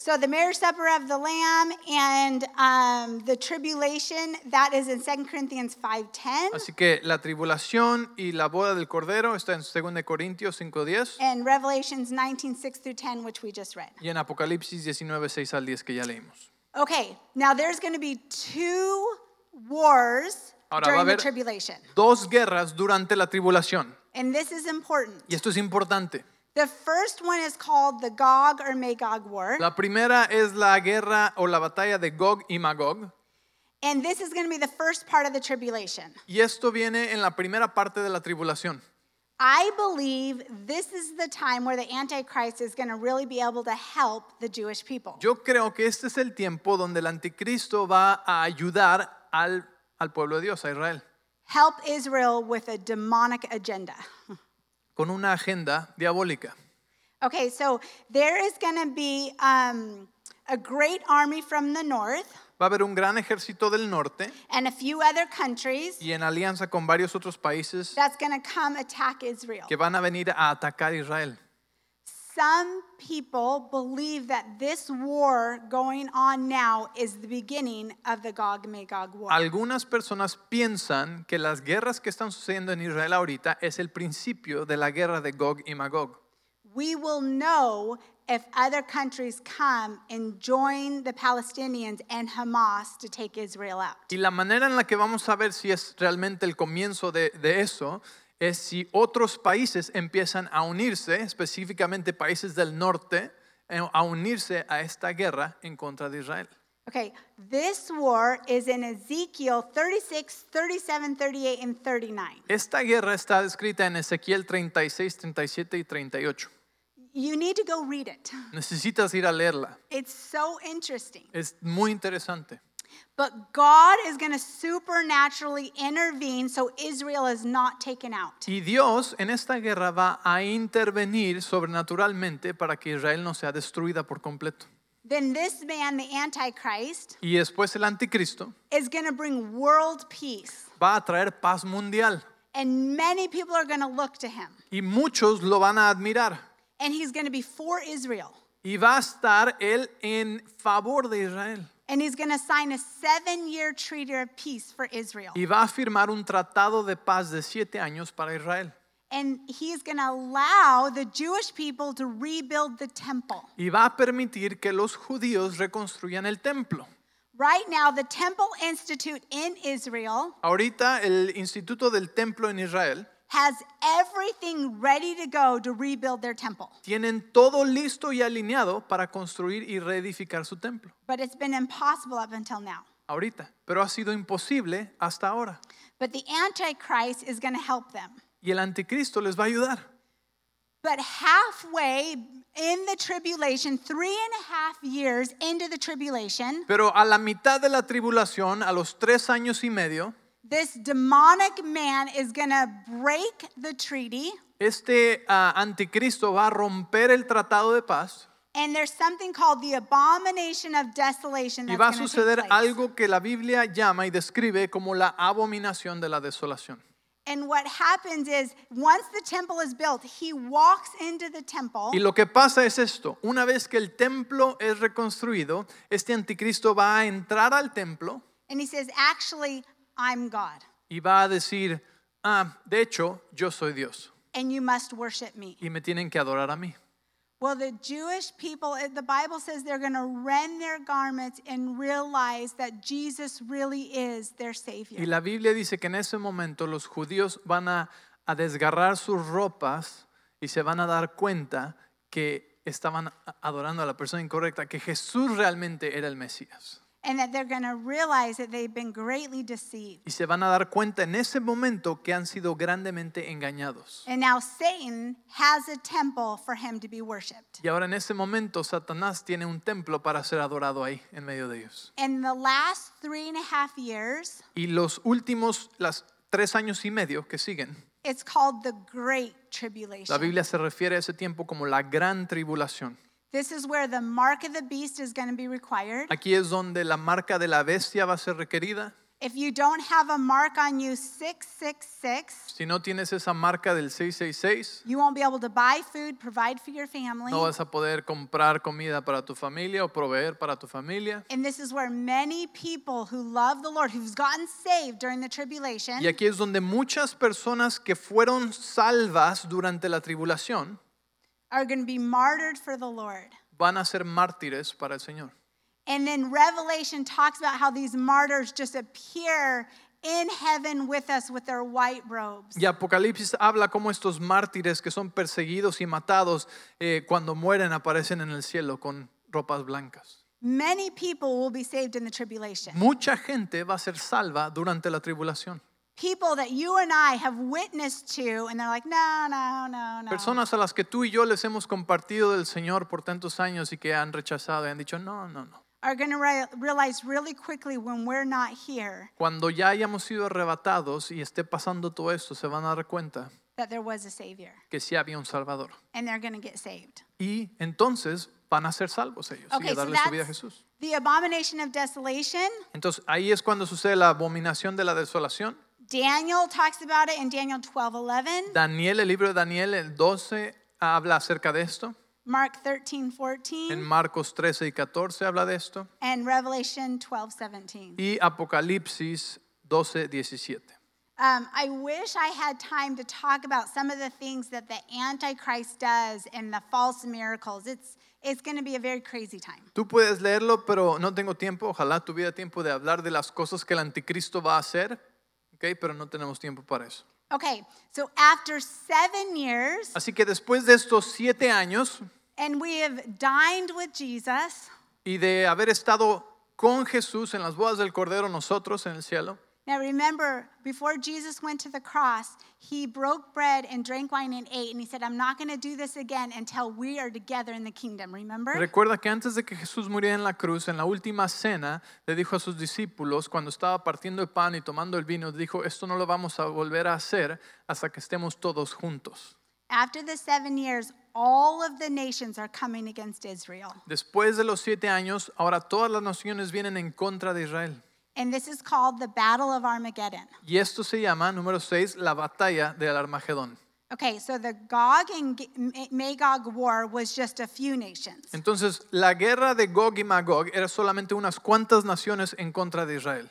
[SPEAKER 1] So the marriage supper of the lamb and um, the tribulation that is in 2 Corinthians 5:10
[SPEAKER 2] Así que la tribulación y la boda del Cordero está en 2 de Corintios 5.10
[SPEAKER 1] and Revelations 19:6 through 10 which we just read.
[SPEAKER 2] y en Apocalipsis 19.6 al 10 que ya leímos.
[SPEAKER 1] Okay. Now there's going to be two wars
[SPEAKER 2] Ahora va a
[SPEAKER 1] during the
[SPEAKER 2] haber-
[SPEAKER 1] tribulation.
[SPEAKER 2] Dos guerras durante la tribulación.
[SPEAKER 1] And this is important.
[SPEAKER 2] Y esto es importante.
[SPEAKER 1] The first one is called the Gog or Magog War.
[SPEAKER 2] La primera es la guerra o la batalla de Gog y Magog.
[SPEAKER 1] And this is going to be the first part of the tribulation.
[SPEAKER 2] Y esto viene en la primera parte de la tribulación.
[SPEAKER 1] I believe this is the time where the Antichrist is going to really be able to help the Jewish people.
[SPEAKER 2] Yo creo que este es el tiempo donde el anticristo va a ayudar al, al pueblo de Dios, a Israel,
[SPEAKER 1] Help Israel with a demonic agenda.
[SPEAKER 2] con una agenda diabólica.
[SPEAKER 1] Okay, so there is going to be um, a great army from the north
[SPEAKER 2] Va a haber un gran ejército del norte
[SPEAKER 1] and a few other countries
[SPEAKER 2] y en alianza con varios otros países
[SPEAKER 1] that's going to come attack Israel.
[SPEAKER 2] que van a venir a atacar a Israel.
[SPEAKER 1] Some people believe that this war going on now is the beginning of the Gog Magog war.
[SPEAKER 2] Algunas personas piensan que las guerras que están sucediendo en Israel ahorita es el principio de la guerra de Gog y Magog.
[SPEAKER 1] We will know if other countries come and join the Palestinians and Hamas to take Israel out.
[SPEAKER 2] Y la manera en la que vamos a ver si es realmente el comienzo de, de eso es si otros países empiezan a unirse, específicamente países del norte, eh, a unirse a esta guerra en contra de Israel.
[SPEAKER 1] Okay, this war is in Ezekiel 36, 37, 38, and 39.
[SPEAKER 2] Esta guerra está descrita en Ezequiel 36, 37 y 38.
[SPEAKER 1] You need to go read it.
[SPEAKER 2] Necesitas ir a leerla.
[SPEAKER 1] It's so interesting.
[SPEAKER 2] Es muy interesante.
[SPEAKER 1] But God is going to supernaturally intervene so Israel is not taken out.
[SPEAKER 2] Y Dios en esta guerra va a intervenir sobrenaturalmente para que Israel no sea destruida por completo.
[SPEAKER 1] Then this man, the Antichrist,
[SPEAKER 2] Y después el anticristo
[SPEAKER 1] is going to bring world peace,
[SPEAKER 2] va a traer paz mundial.
[SPEAKER 1] and many people are going to look to him.
[SPEAKER 2] y muchos lo van a admirar.
[SPEAKER 1] and he's going to be for Israel.
[SPEAKER 2] Y va a estar él en favor de Israel.
[SPEAKER 1] And he's going to sign a seven year treaty of peace for Israel.
[SPEAKER 2] Y va a firmar un tratado de paz de siete años para Israel.
[SPEAKER 1] And he's going to allow the Jewish people to rebuild the temple.
[SPEAKER 2] Y va a permitir que los judíos reconstruyan el templo.
[SPEAKER 1] Right now, the Temple Institute in Israel
[SPEAKER 2] Ahorita el Instituto del Templo en Israel
[SPEAKER 1] has everything ready to go to rebuild their temple.
[SPEAKER 2] tienen todo listo y alineado para construir y reedificar su templo.
[SPEAKER 1] But it's been impossible up until now.
[SPEAKER 2] Ahorita. Pero ha sido imposible hasta ahora.
[SPEAKER 1] But the Antichrist is going to help them.
[SPEAKER 2] Y el anticristo les va a ayudar.
[SPEAKER 1] But halfway in the tribulation, three and a half years into the tribulation,
[SPEAKER 2] Pero a la mitad de la tribulación, a los tres años y medio,
[SPEAKER 1] this demonic man is going to break the treaty.
[SPEAKER 2] este ah, anticristo va a romper el tratado de paz
[SPEAKER 1] And there's something called the abomination of desolation
[SPEAKER 2] y
[SPEAKER 1] that's
[SPEAKER 2] va a
[SPEAKER 1] gonna take
[SPEAKER 2] suceder
[SPEAKER 1] place.
[SPEAKER 2] algo que la Biblia llama y describe como la abominación de la desolación.
[SPEAKER 1] And what happens is, once the temple is built, he walks into the temple.
[SPEAKER 2] Y lo que pasa es esto, una vez que el templo es reconstruido, este anticristo va a entrar al templo
[SPEAKER 1] And he says, Actually, I'm God,
[SPEAKER 2] y va a decir, ah, de hecho, yo soy Dios
[SPEAKER 1] and you must worship me.
[SPEAKER 2] y me tienen que adorar a mí.
[SPEAKER 1] Well, the Jewish people, it- the Bible says they're going to rend their garments and realize that Jesus really is their
[SPEAKER 2] Y
[SPEAKER 1] Savior.
[SPEAKER 2] la Biblia dice que en ese momento los judíos van a, a desgarrar sus ropas y se van a dar cuenta que estaban a- adorando a la persona incorrecta, que Jesús realmente era el Mesías.
[SPEAKER 1] And that they're going to realize that they've been greatly deceived.
[SPEAKER 2] Y se van a dar cuenta en ese momento que han sido grandemente engañados.
[SPEAKER 1] And now Satan has a temple for him to be worshiped.
[SPEAKER 2] Y ahora en ese momento Satanás tiene un templo para ser adorado ahí en medio de ellos.
[SPEAKER 1] In the last three and a half years,
[SPEAKER 2] Y los últimos, las tres años y medio que siguen,
[SPEAKER 1] it's called the Great
[SPEAKER 2] la
[SPEAKER 1] Tribulation.
[SPEAKER 2] Biblia se refiere a ese tiempo como la gran tribulación.
[SPEAKER 1] This is where the mark of the beast is going to be required.
[SPEAKER 2] Aquí es donde la marca de la bestia va a ser requerida.
[SPEAKER 1] If you don't have a mark on you, 666,
[SPEAKER 2] Si no tienes esa marca del 666,
[SPEAKER 1] you won't be able to buy food, provide for your family.
[SPEAKER 2] no vas a poder comprar comida para tu familia o proveer para tu familia.
[SPEAKER 1] And this is where many people who love the Lord, who's gotten saved during the
[SPEAKER 2] Y
[SPEAKER 1] tribulation,
[SPEAKER 2] aquí es donde muchas personas que fueron salvas durante la tribulación
[SPEAKER 1] are going to be martyred for the Lord.
[SPEAKER 2] van a ser mártires para el Señor.
[SPEAKER 1] And then Revelation talks about how these martyrs just appear in heaven with us with their white robes.
[SPEAKER 2] Y Apocalipsis habla cómo estos mártires que son perseguidos y matados, eh, cuando mueren aparecen en el cielo con ropas blancas.
[SPEAKER 1] Many people will be saved in the tribulation.
[SPEAKER 2] Mucha gente va a ser salva durante la tribulación.
[SPEAKER 1] People that you and I have witnessed to, and they're like, no, no, no, no.
[SPEAKER 2] Personas a las que tú y yo les hemos compartido del Señor por tantos años y que han rechazado y han dicho, no, no, no.
[SPEAKER 1] are going to re- realize really quickly when we're not here
[SPEAKER 2] Cuando ya hayamos sido arrebatados y esté pasando todo esto, se van a dar cuenta
[SPEAKER 1] that there was a Savior
[SPEAKER 2] que sí había un Salvador.
[SPEAKER 1] and they're going to get saved.
[SPEAKER 2] Y entonces van a ser salvos ellos y
[SPEAKER 1] Okay,
[SPEAKER 2] a
[SPEAKER 1] so
[SPEAKER 2] darle su vida a
[SPEAKER 1] that's
[SPEAKER 2] Jesús.
[SPEAKER 1] the abomination of desolation.
[SPEAKER 2] Entonces ahí es cuando sucede la abominación de la desolación.
[SPEAKER 1] Daniel talks about it in Daniel 12 11,
[SPEAKER 2] Daniel, el libro de Daniel, el 12, habla acerca de esto.
[SPEAKER 1] Mark 13
[SPEAKER 2] En
[SPEAKER 1] 14,
[SPEAKER 2] Marcos 13 y 14 habla de esto.
[SPEAKER 1] and Revelation 12 17.
[SPEAKER 2] Y Apocalipsis 12, 17.
[SPEAKER 1] Um, I wish I had time to talk about some of the things that the Antichrist does and the false miracles. It's, it's going to be a very crazy time.
[SPEAKER 2] Tú puedes leerlo, pero no tengo tiempo. Ojalá tuviera tiempo de hablar de las cosas que el anticristo va a hacer. ok, Pero no tenemos tiempo para eso.
[SPEAKER 1] Okay, so after seven years,
[SPEAKER 2] Así que después de estos siete años
[SPEAKER 1] and we have dined with Jesus.
[SPEAKER 2] y de haber estado con Jesús en las bodas del Cordero nosotros en el cielo,
[SPEAKER 1] Now remember, before Jesus went to the cross, he broke bread and drank wine and ate, and he said, I'm not going to do this again until we are together in the kingdom. Remember?
[SPEAKER 2] Recuerda que antes de que Jesús muriera en la cruz, en la última cena, le dijo a sus discípulos, cuando estaba partiendo el pan y tomando el vino, dijo, esto no lo vamos a volver a hacer hasta que estemos todos juntos.
[SPEAKER 1] After the seven years, all of the nations are coming against Israel.
[SPEAKER 2] Después de los siete años, ahora todas las naciones vienen en contra de Israel.
[SPEAKER 1] And this is called the Battle of Armageddon.
[SPEAKER 2] Y esto se llama, número 6, la batalla del Armagedón.
[SPEAKER 1] Okay, so the Gog and G- Ma- Magog war was just a few nations.
[SPEAKER 2] Entonces, la guerra de Gog y Magog era solamente unas cuantas naciones en contra de Israel.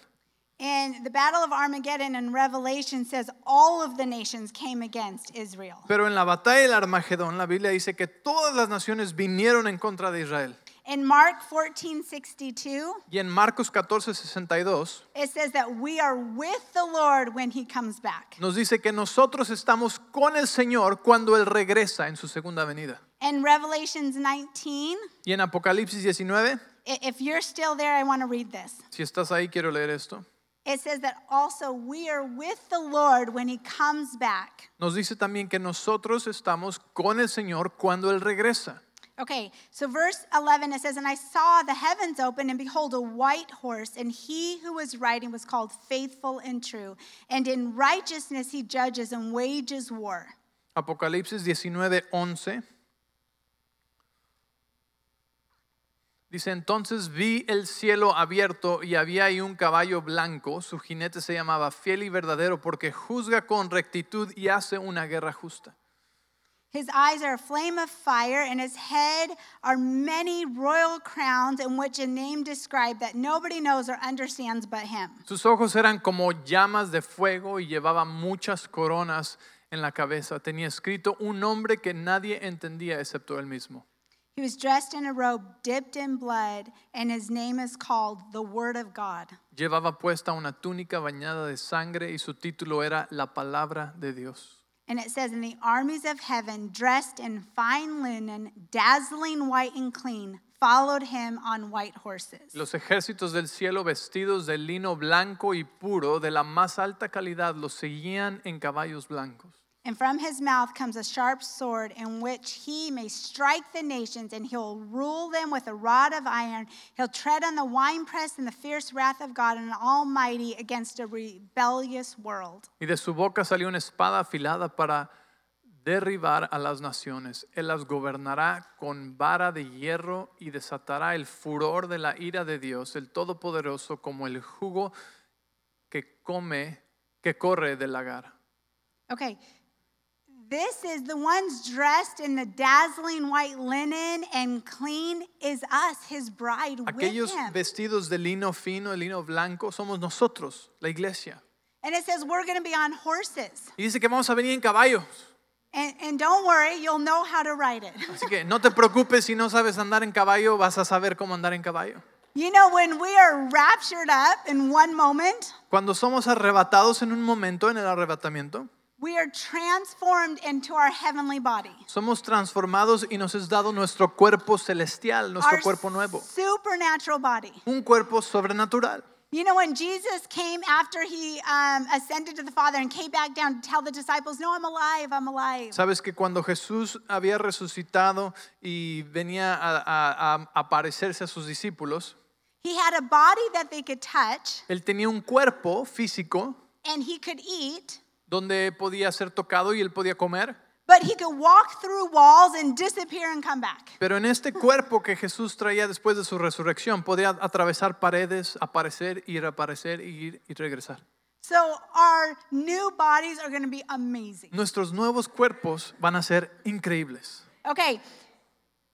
[SPEAKER 1] And the Battle of Armageddon in Revelation says all of the nations came against Israel.
[SPEAKER 2] Pero en la batalla del Armagedón, la Biblia dice que todas las naciones vinieron en contra de Israel.
[SPEAKER 1] In Mark 14 62,
[SPEAKER 2] Y en Marcos 14, 62
[SPEAKER 1] it says that we are with the Lord when he comes back.
[SPEAKER 2] nos dice que nosotros estamos con el Señor cuando Él regresa en su segunda venida.
[SPEAKER 1] And Revelations 19,
[SPEAKER 2] Y en Apocalipsis 19,
[SPEAKER 1] i- if you're still there, I want to read this.
[SPEAKER 2] si estás ahí quiero leer esto,
[SPEAKER 1] It says that also we are with the Lord when he comes back.
[SPEAKER 2] nos dice también que nosotros estamos con el Señor cuando Él regresa.
[SPEAKER 1] Okay, so verse 11 it says, And I saw the heavens open, and behold, a white horse, and he who was riding was called Faithful and True. And in righteousness he judges and wages war.
[SPEAKER 2] Apocalipsis 19:11 Dice, entonces vi el cielo abierto y había ahí un caballo blanco, su jinete se llamaba fiel y verdadero porque juzga con rectitud y hace una guerra justa.
[SPEAKER 1] His eyes are a flame of fire, and his head are many royal crowns in which a name described that nobody knows or understands but him.
[SPEAKER 2] Sus ojos eran como llamas de fuego y llevaba muchas coronas en la cabeza. Tenía escrito un nombre que nadie entendía excepto él mismo.
[SPEAKER 1] He was dressed in a robe dipped in blood, and his name is called the Word of God.
[SPEAKER 2] Llevaba puesta una túnica bañada de sangre y su título era La palabra de Dios.
[SPEAKER 1] And it says, In the armies of heaven, dressed in fine linen, dazzling white and clean, followed him on white horses.
[SPEAKER 2] Los ejércitos del cielo vestidos de lino blanco y puro de la más alta calidad los seguían en caballos blancos.
[SPEAKER 1] And from his mouth comes a sharp sword in which he may strike the nations, and he'll rule them with a rod of iron. He'll tread on the winepress in the fierce wrath of God and Almighty against a rebellious world.
[SPEAKER 2] Y de su boca salió una espada afilada para derribar a las naciones. Él las gobernará con vara de hierro y desatará el furor de la ira de Dios, el Todopoderoso, como el jugo que come, que corre del lagar.
[SPEAKER 1] Okay. This is the ones dressed in the dazzling white linen and clean is us, his bride,
[SPEAKER 2] Aquellos
[SPEAKER 1] with him.
[SPEAKER 2] vestidos de lino fino, el lino blanco, somos nosotros, la iglesia.
[SPEAKER 1] and it says we're going to be on horses.
[SPEAKER 2] Y dice que vamos a venir en caballos.
[SPEAKER 1] And, and don't worry, you'll know how to ride it.
[SPEAKER 2] Así que no te preocupes si no sabes andar en caballo, vas a saber cómo andar en caballo.
[SPEAKER 1] You know, when we are raptured up in one moment,
[SPEAKER 2] Cuando somos arrebatados en un momento, en el arrebatamiento,
[SPEAKER 1] we are transformed into our heavenly body.
[SPEAKER 2] somos transformados y nos es dado nuestro cuerpo celestial, nuestro
[SPEAKER 1] our
[SPEAKER 2] cuerpo nuevo,
[SPEAKER 1] Supernatural body.
[SPEAKER 2] un cuerpo sobrenatural.
[SPEAKER 1] You know, when Jesus came after he um, ascended to the Father and came back down to tell the disciples, No, I'm alive, I'm alive.
[SPEAKER 2] Sabes que cuando Jesús había resucitado y venía a- a- a aparecerse a sus discípulos,
[SPEAKER 1] He had a body that they could touch
[SPEAKER 2] él tenía un cuerpo físico
[SPEAKER 1] and he could eat,
[SPEAKER 2] donde podía ser tocado y él podía comer,
[SPEAKER 1] but he could walk through walls and disappear and come back.
[SPEAKER 2] pero en este cuerpo que Jesús traía después de su resurrección podía atravesar paredes, aparecer, ir, aparecer, ir y regresar.
[SPEAKER 1] So our new bodies are going to be amazing.
[SPEAKER 2] Nuestros nuevos cuerpos van a ser increíbles.
[SPEAKER 1] Okay.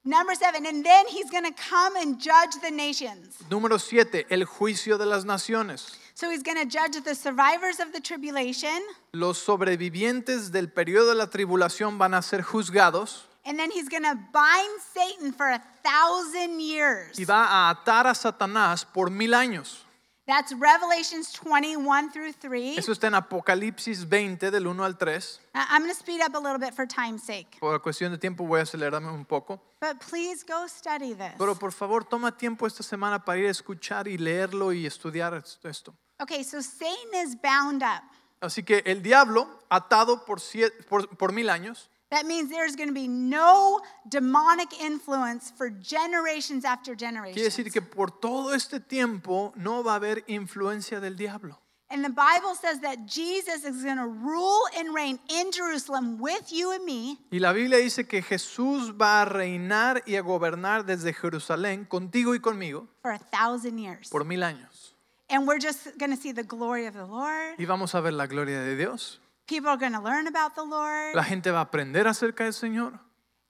[SPEAKER 1] Number seven, and then he's going to come and judge the nations.
[SPEAKER 2] Número 7, el juicio de las naciones.
[SPEAKER 1] So he's going to judge the survivors of the tribulation,
[SPEAKER 2] Los sobrevivientes del periodo de la tribulación van a ser juzgados
[SPEAKER 1] and then he's going to bind Satan for a thousand years.
[SPEAKER 2] y va a atar a Satanás por mil años.
[SPEAKER 1] That's Revelations 21 through 3.
[SPEAKER 2] Eso está en Apocalipsis 20, del 1 al 3.
[SPEAKER 1] I- I'm going to speed up a little bit for time's sake,
[SPEAKER 2] Por cuestión de tiempo voy a acelerarme un poco.
[SPEAKER 1] but please go study this.
[SPEAKER 2] Pero por favor, toma tiempo esta semana para ir a escuchar y leerlo y estudiar est- esto.
[SPEAKER 1] Okay, so Satan is bound up.
[SPEAKER 2] Así que el diablo, atado por, sie- por- por mil años,
[SPEAKER 1] That means there's going to be no demonic influence for generations after
[SPEAKER 2] quiere decir
[SPEAKER 1] generations.
[SPEAKER 2] que por todo este tiempo no va a haber influencia del diablo.
[SPEAKER 1] And the Bible says that Jesus is going to rule and reign in Jerusalem with you and me
[SPEAKER 2] Y la Biblia dice que Jesús va a reinar y a gobernar desde Jerusalén contigo y conmigo
[SPEAKER 1] for a thousand years.
[SPEAKER 2] por mil años.
[SPEAKER 1] And we're just going to see the glory of the Lord.
[SPEAKER 2] Y vamos a ver la gloria de Dios.
[SPEAKER 1] People are going to learn about the Lord.
[SPEAKER 2] La gente va a aprender acerca del Señor.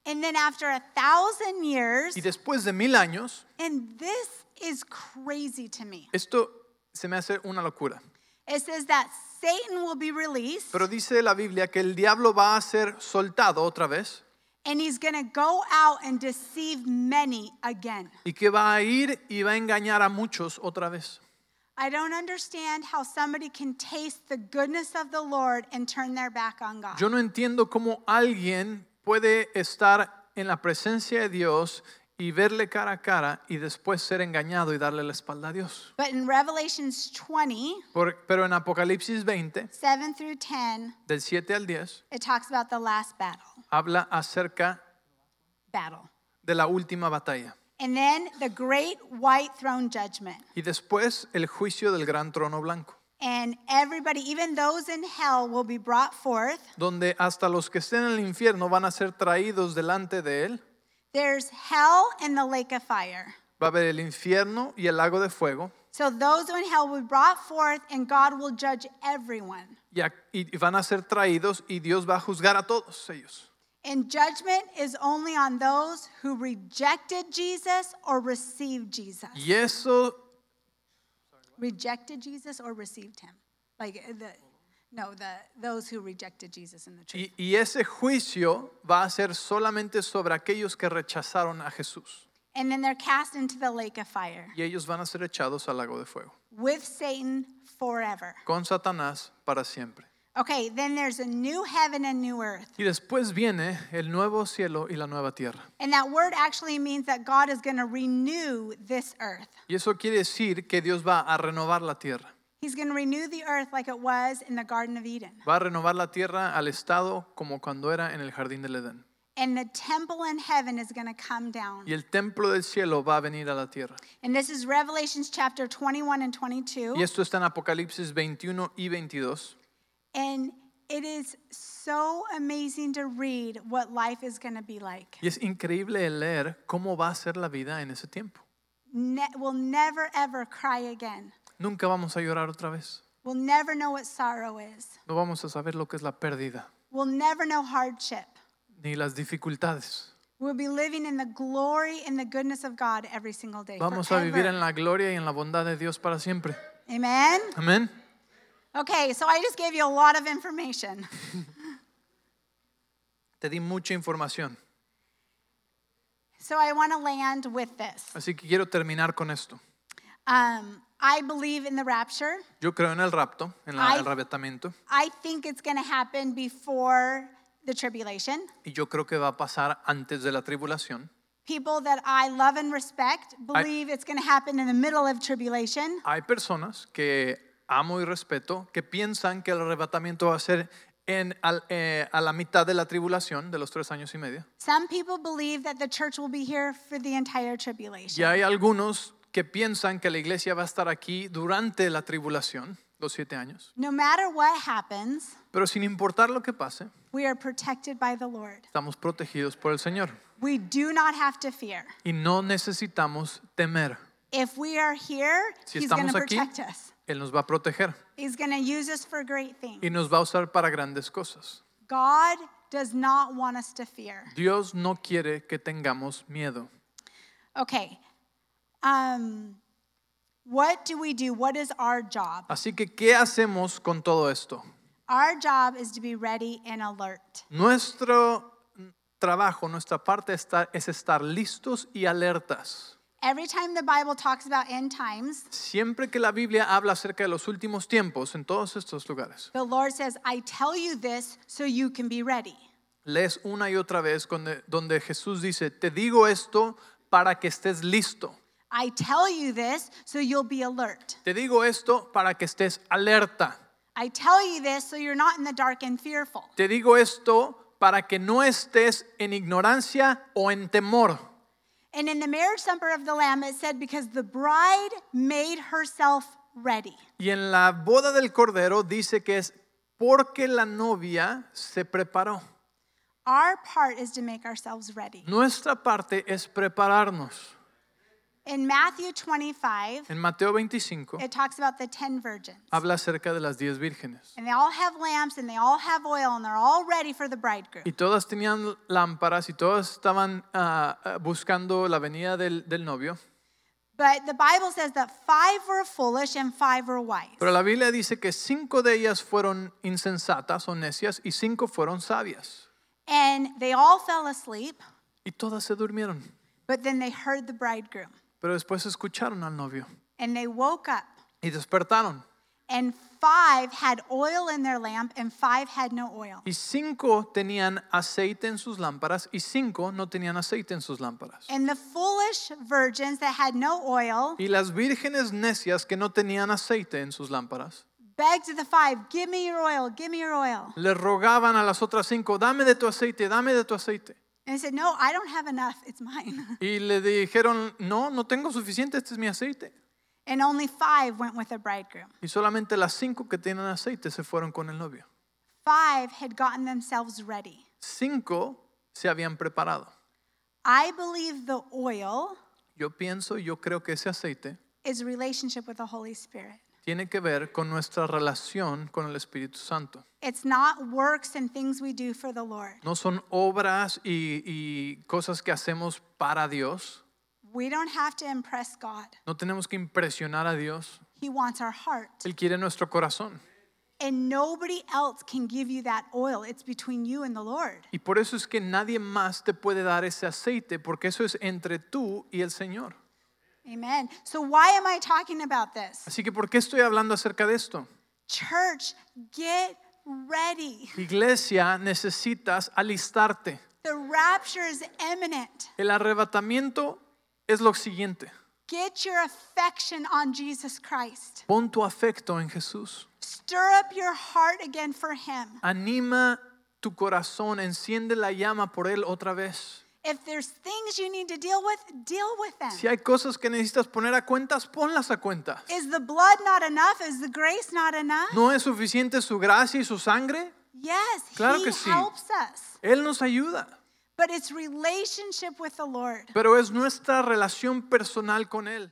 [SPEAKER 1] And then after a thousand years,
[SPEAKER 2] Y después de mil años,
[SPEAKER 1] and this is crazy to me.
[SPEAKER 2] esto se me hace una locura.
[SPEAKER 1] It says that Satan will be released
[SPEAKER 2] Pero dice la Biblia que el diablo va a ser soltado otra vez
[SPEAKER 1] and he's going to go out and deceive many again.
[SPEAKER 2] y que va a ir y va a engañar a muchos otra vez.
[SPEAKER 1] I don't understand how somebody can taste the goodness of the Lord and turn their back on God.
[SPEAKER 2] Yo no entiendo cómo alguien puede estar en la presencia de Dios y verle cara a cara y después ser engañado y darle la espalda a Dios.
[SPEAKER 1] But in Revelations 20,
[SPEAKER 2] Por- pero en Apocalipsis 20,
[SPEAKER 1] 7 through 10,
[SPEAKER 2] del 7 al 10,
[SPEAKER 1] it talks about the last battle.
[SPEAKER 2] habla acerca
[SPEAKER 1] Battle.
[SPEAKER 2] de la última batalla.
[SPEAKER 1] and then the great white throne judgment.
[SPEAKER 2] Y después el juicio del gran trono blanco,
[SPEAKER 1] And everybody, even those in hell, will be brought forth.
[SPEAKER 2] donde hasta los que estén en el infierno van a ser traídos delante de él.
[SPEAKER 1] There's hell and the lake of fire.
[SPEAKER 2] Va a haber el infierno y el lago de fuego.
[SPEAKER 1] So those in hell will be brought forth, and God will judge everyone.
[SPEAKER 2] Y, ac- y van a ser traídos y Dios va a juzgar a todos ellos.
[SPEAKER 1] And judgment is only on those who rejected Jesus or received Jesus.
[SPEAKER 2] Y eso,
[SPEAKER 1] Rejected Jesus or received him. Like uh, the no, the those who rejected Jesus in the truth.
[SPEAKER 2] y, y ese juicio va a ser solamente sobre aquellos que rechazaron a Jesús.
[SPEAKER 1] And then they're cast into the lake of fire
[SPEAKER 2] Y ellos van a ser echados al lago de fuego,
[SPEAKER 1] with Satan forever.
[SPEAKER 2] con Satanás para siempre.
[SPEAKER 1] Okay, then there's a new heaven and new earth.
[SPEAKER 2] Y después viene el nuevo cielo y la nueva tierra.
[SPEAKER 1] And that word actually means that God is going to renew this earth.
[SPEAKER 2] Y eso quiere decir que Dios va a renovar la tierra.
[SPEAKER 1] He's going to renew the earth like it was in the Garden of Eden.
[SPEAKER 2] Va a renovar la tierra al estado como cuando era en el jardín del Edén.
[SPEAKER 1] And the temple in heaven is going to come down.
[SPEAKER 2] Y el templo del cielo va a venir a la tierra.
[SPEAKER 1] And this is Revelations chapter 21 and 22.
[SPEAKER 2] Y esto está en Apocalipsis 21 y 22.
[SPEAKER 1] And it is so amazing to read what life is going to be like.
[SPEAKER 2] Y es increíble leer cómo va a ser la vida en ese tiempo.
[SPEAKER 1] Ne- we'll never, ever cry again.
[SPEAKER 2] Nunca vamos a llorar otra vez.
[SPEAKER 1] We'll never know what sorrow is.
[SPEAKER 2] No vamos a saber lo que es la pérdida,
[SPEAKER 1] We'll never know hardship.
[SPEAKER 2] ni las dificultades.
[SPEAKER 1] We'll be living in the glory and the goodness of God every single day.
[SPEAKER 2] Vamos a vivir
[SPEAKER 1] forever.
[SPEAKER 2] en la gloria y en la bondad de Dios para siempre.
[SPEAKER 1] Amen.
[SPEAKER 2] Amén.
[SPEAKER 1] Okay, so I just gave you a lot of information.
[SPEAKER 2] Te di mucha información,
[SPEAKER 1] So I want to land with this.
[SPEAKER 2] así que quiero terminar con esto.
[SPEAKER 1] Um, I believe in the rapture.
[SPEAKER 2] Yo creo en el rapto, en la-
[SPEAKER 1] Ay.
[SPEAKER 2] el arrebatamiento,
[SPEAKER 1] I think it's going to happen before the tribulation.
[SPEAKER 2] y yo creo que va a pasar antes de la tribulación.
[SPEAKER 1] People that I love and respect believe it's going to happen in the middle of tribulation.
[SPEAKER 2] Hay personas que amo y respeto que piensan que el arrebatamiento va a ser en, al- eh, a la mitad de la tribulación, de los tres años y medio.
[SPEAKER 1] Some people believe that the church will be here for the entire tribulation.
[SPEAKER 2] Y hay algunos que piensan que la iglesia va a estar aquí durante la tribulación, los siete años.
[SPEAKER 1] No matter what happens,
[SPEAKER 2] Pero sin importar lo que pase,
[SPEAKER 1] we are protected by the Lord.
[SPEAKER 2] estamos protegidos por el Señor
[SPEAKER 1] We do not have to fear.
[SPEAKER 2] y no necesitamos temer.
[SPEAKER 1] If we are here,
[SPEAKER 2] Si
[SPEAKER 1] He's going
[SPEAKER 2] estamos
[SPEAKER 1] to
[SPEAKER 2] aquí,
[SPEAKER 1] protect us.
[SPEAKER 2] Él nos va a proteger
[SPEAKER 1] He's going to use us for great
[SPEAKER 2] y
[SPEAKER 1] things.
[SPEAKER 2] nos va a usar para grandes cosas.
[SPEAKER 1] God does not want us to fear.
[SPEAKER 2] Dios no quiere que tengamos miedo.
[SPEAKER 1] Okay. Um, what do we do? What is our job?
[SPEAKER 2] Así que, ¿qué hacemos con todo esto?
[SPEAKER 1] Our job is to be ready and alert.
[SPEAKER 2] Nuestro trabajo, nuestra parte está- es estar listos y alertas.
[SPEAKER 1] Every time the Bible talks about end times,
[SPEAKER 2] Siempre que la Biblia habla acerca de los últimos tiempos en todos estos lugares,
[SPEAKER 1] the Lord says, I tell you this so you can be ready.
[SPEAKER 2] lees una y otra vez donde, donde Jesús dice, te digo esto para que estés listo,
[SPEAKER 1] I tell you this so you'll be alert.
[SPEAKER 2] te digo esto para que estés alerta,
[SPEAKER 1] I tell you this so you're not in the dark and fearful.
[SPEAKER 2] te digo esto para que no estés en ignorancia o en temor.
[SPEAKER 1] And in the marriage supper of the Lamb, it said, because the bride made herself ready.
[SPEAKER 2] Y en la boda del Cordero dice que es porque la novia se preparó.
[SPEAKER 1] Our part is to make ourselves ready.
[SPEAKER 2] Nuestra parte es prepararnos.
[SPEAKER 1] In Matthew 25,
[SPEAKER 2] En Mateo 25
[SPEAKER 1] it talks about the 10 virgins.
[SPEAKER 2] habla acerca de las diez vírgenes.
[SPEAKER 1] And they all have lamps and they all have oil and they're all ready for the bridegroom.
[SPEAKER 2] Y todas tenían lámparas y todas estaban ah, ah, buscando la venida del, del novio.
[SPEAKER 1] But the Bible says that five were foolish and five were wise.
[SPEAKER 2] Pero la Biblia dice que cinco de ellas fueron insensatas o necias y cinco fueron sabias.
[SPEAKER 1] And they all fell asleep,
[SPEAKER 2] Y todas se durmieron.
[SPEAKER 1] but then they heard the bridegroom
[SPEAKER 2] Pero después escucharon al novio
[SPEAKER 1] and they woke up.
[SPEAKER 2] y despertaron.
[SPEAKER 1] And five had oil in their lamp and five had no oil.
[SPEAKER 2] Y cinco tenían aceite en sus lámparas y cinco no tenían aceite en sus lámparas.
[SPEAKER 1] And the foolish virgins that had no oil
[SPEAKER 2] Y las vírgenes necias que no tenían aceite en sus lámparas
[SPEAKER 1] begged the five, Give me your oil, give me your oil.
[SPEAKER 2] le rogaban a las otras cinco, dame de tu aceite, dame de tu aceite.
[SPEAKER 1] And he said, No, I don't have enough. It's mine.
[SPEAKER 2] Y le dijeron, no, no tengo suficiente, este es mi aceite.
[SPEAKER 1] And only five went with the bridegroom.
[SPEAKER 2] Y solamente las cinco que tienen aceite se fueron con el novio.
[SPEAKER 1] Five had gotten themselves ready.
[SPEAKER 2] Cinco se habían preparado.
[SPEAKER 1] I believe the oil
[SPEAKER 2] Yo pienso y yo creo que ese aceite
[SPEAKER 1] is relationship with the Holy Spirit.
[SPEAKER 2] tiene que ver con nuestra relación con el Espíritu Santo.
[SPEAKER 1] It's not works and things we do for the Lord.
[SPEAKER 2] No son obras y, y cosas que hacemos para Dios.
[SPEAKER 1] We don't have to impress God.
[SPEAKER 2] No tenemos que impresionar a Dios.
[SPEAKER 1] He wants our heart.
[SPEAKER 2] Él quiere nuestro corazón.
[SPEAKER 1] And nobody else can give you that oil. It's between you and the Lord.
[SPEAKER 2] Y por eso es que nadie más te puede dar ese aceite, porque eso es entre tú y el Señor.
[SPEAKER 1] Amen. So, why am I talking about this?
[SPEAKER 2] Así que, ¿por qué estoy hablando acerca de esto?
[SPEAKER 1] Church, get ready.
[SPEAKER 2] Iglesia, necesitas alistarte.
[SPEAKER 1] The rapture is imminent.
[SPEAKER 2] El arrebatamiento es lo siguiente.
[SPEAKER 1] Get your affection on Jesus Christ.
[SPEAKER 2] Pon tu afecto en Jesús.
[SPEAKER 1] Stir up your heart again for Him.
[SPEAKER 2] Anima tu corazón, enciende la llama por Él otra vez.
[SPEAKER 1] If there's things you need to deal with, deal with
[SPEAKER 2] Si
[SPEAKER 1] them.
[SPEAKER 2] hay cosas que necesitas poner a cuentas, ponlas a cuentas.
[SPEAKER 1] Is the blood not enough? Is the grace not enough?
[SPEAKER 2] ¿No es suficiente su gracia y su sangre?
[SPEAKER 1] Yes,
[SPEAKER 2] Claro
[SPEAKER 1] He
[SPEAKER 2] que sí.
[SPEAKER 1] helps us.
[SPEAKER 2] Él nos ayuda,
[SPEAKER 1] But it's relationship with the Lord.
[SPEAKER 2] pero es nuestra relación personal con Él.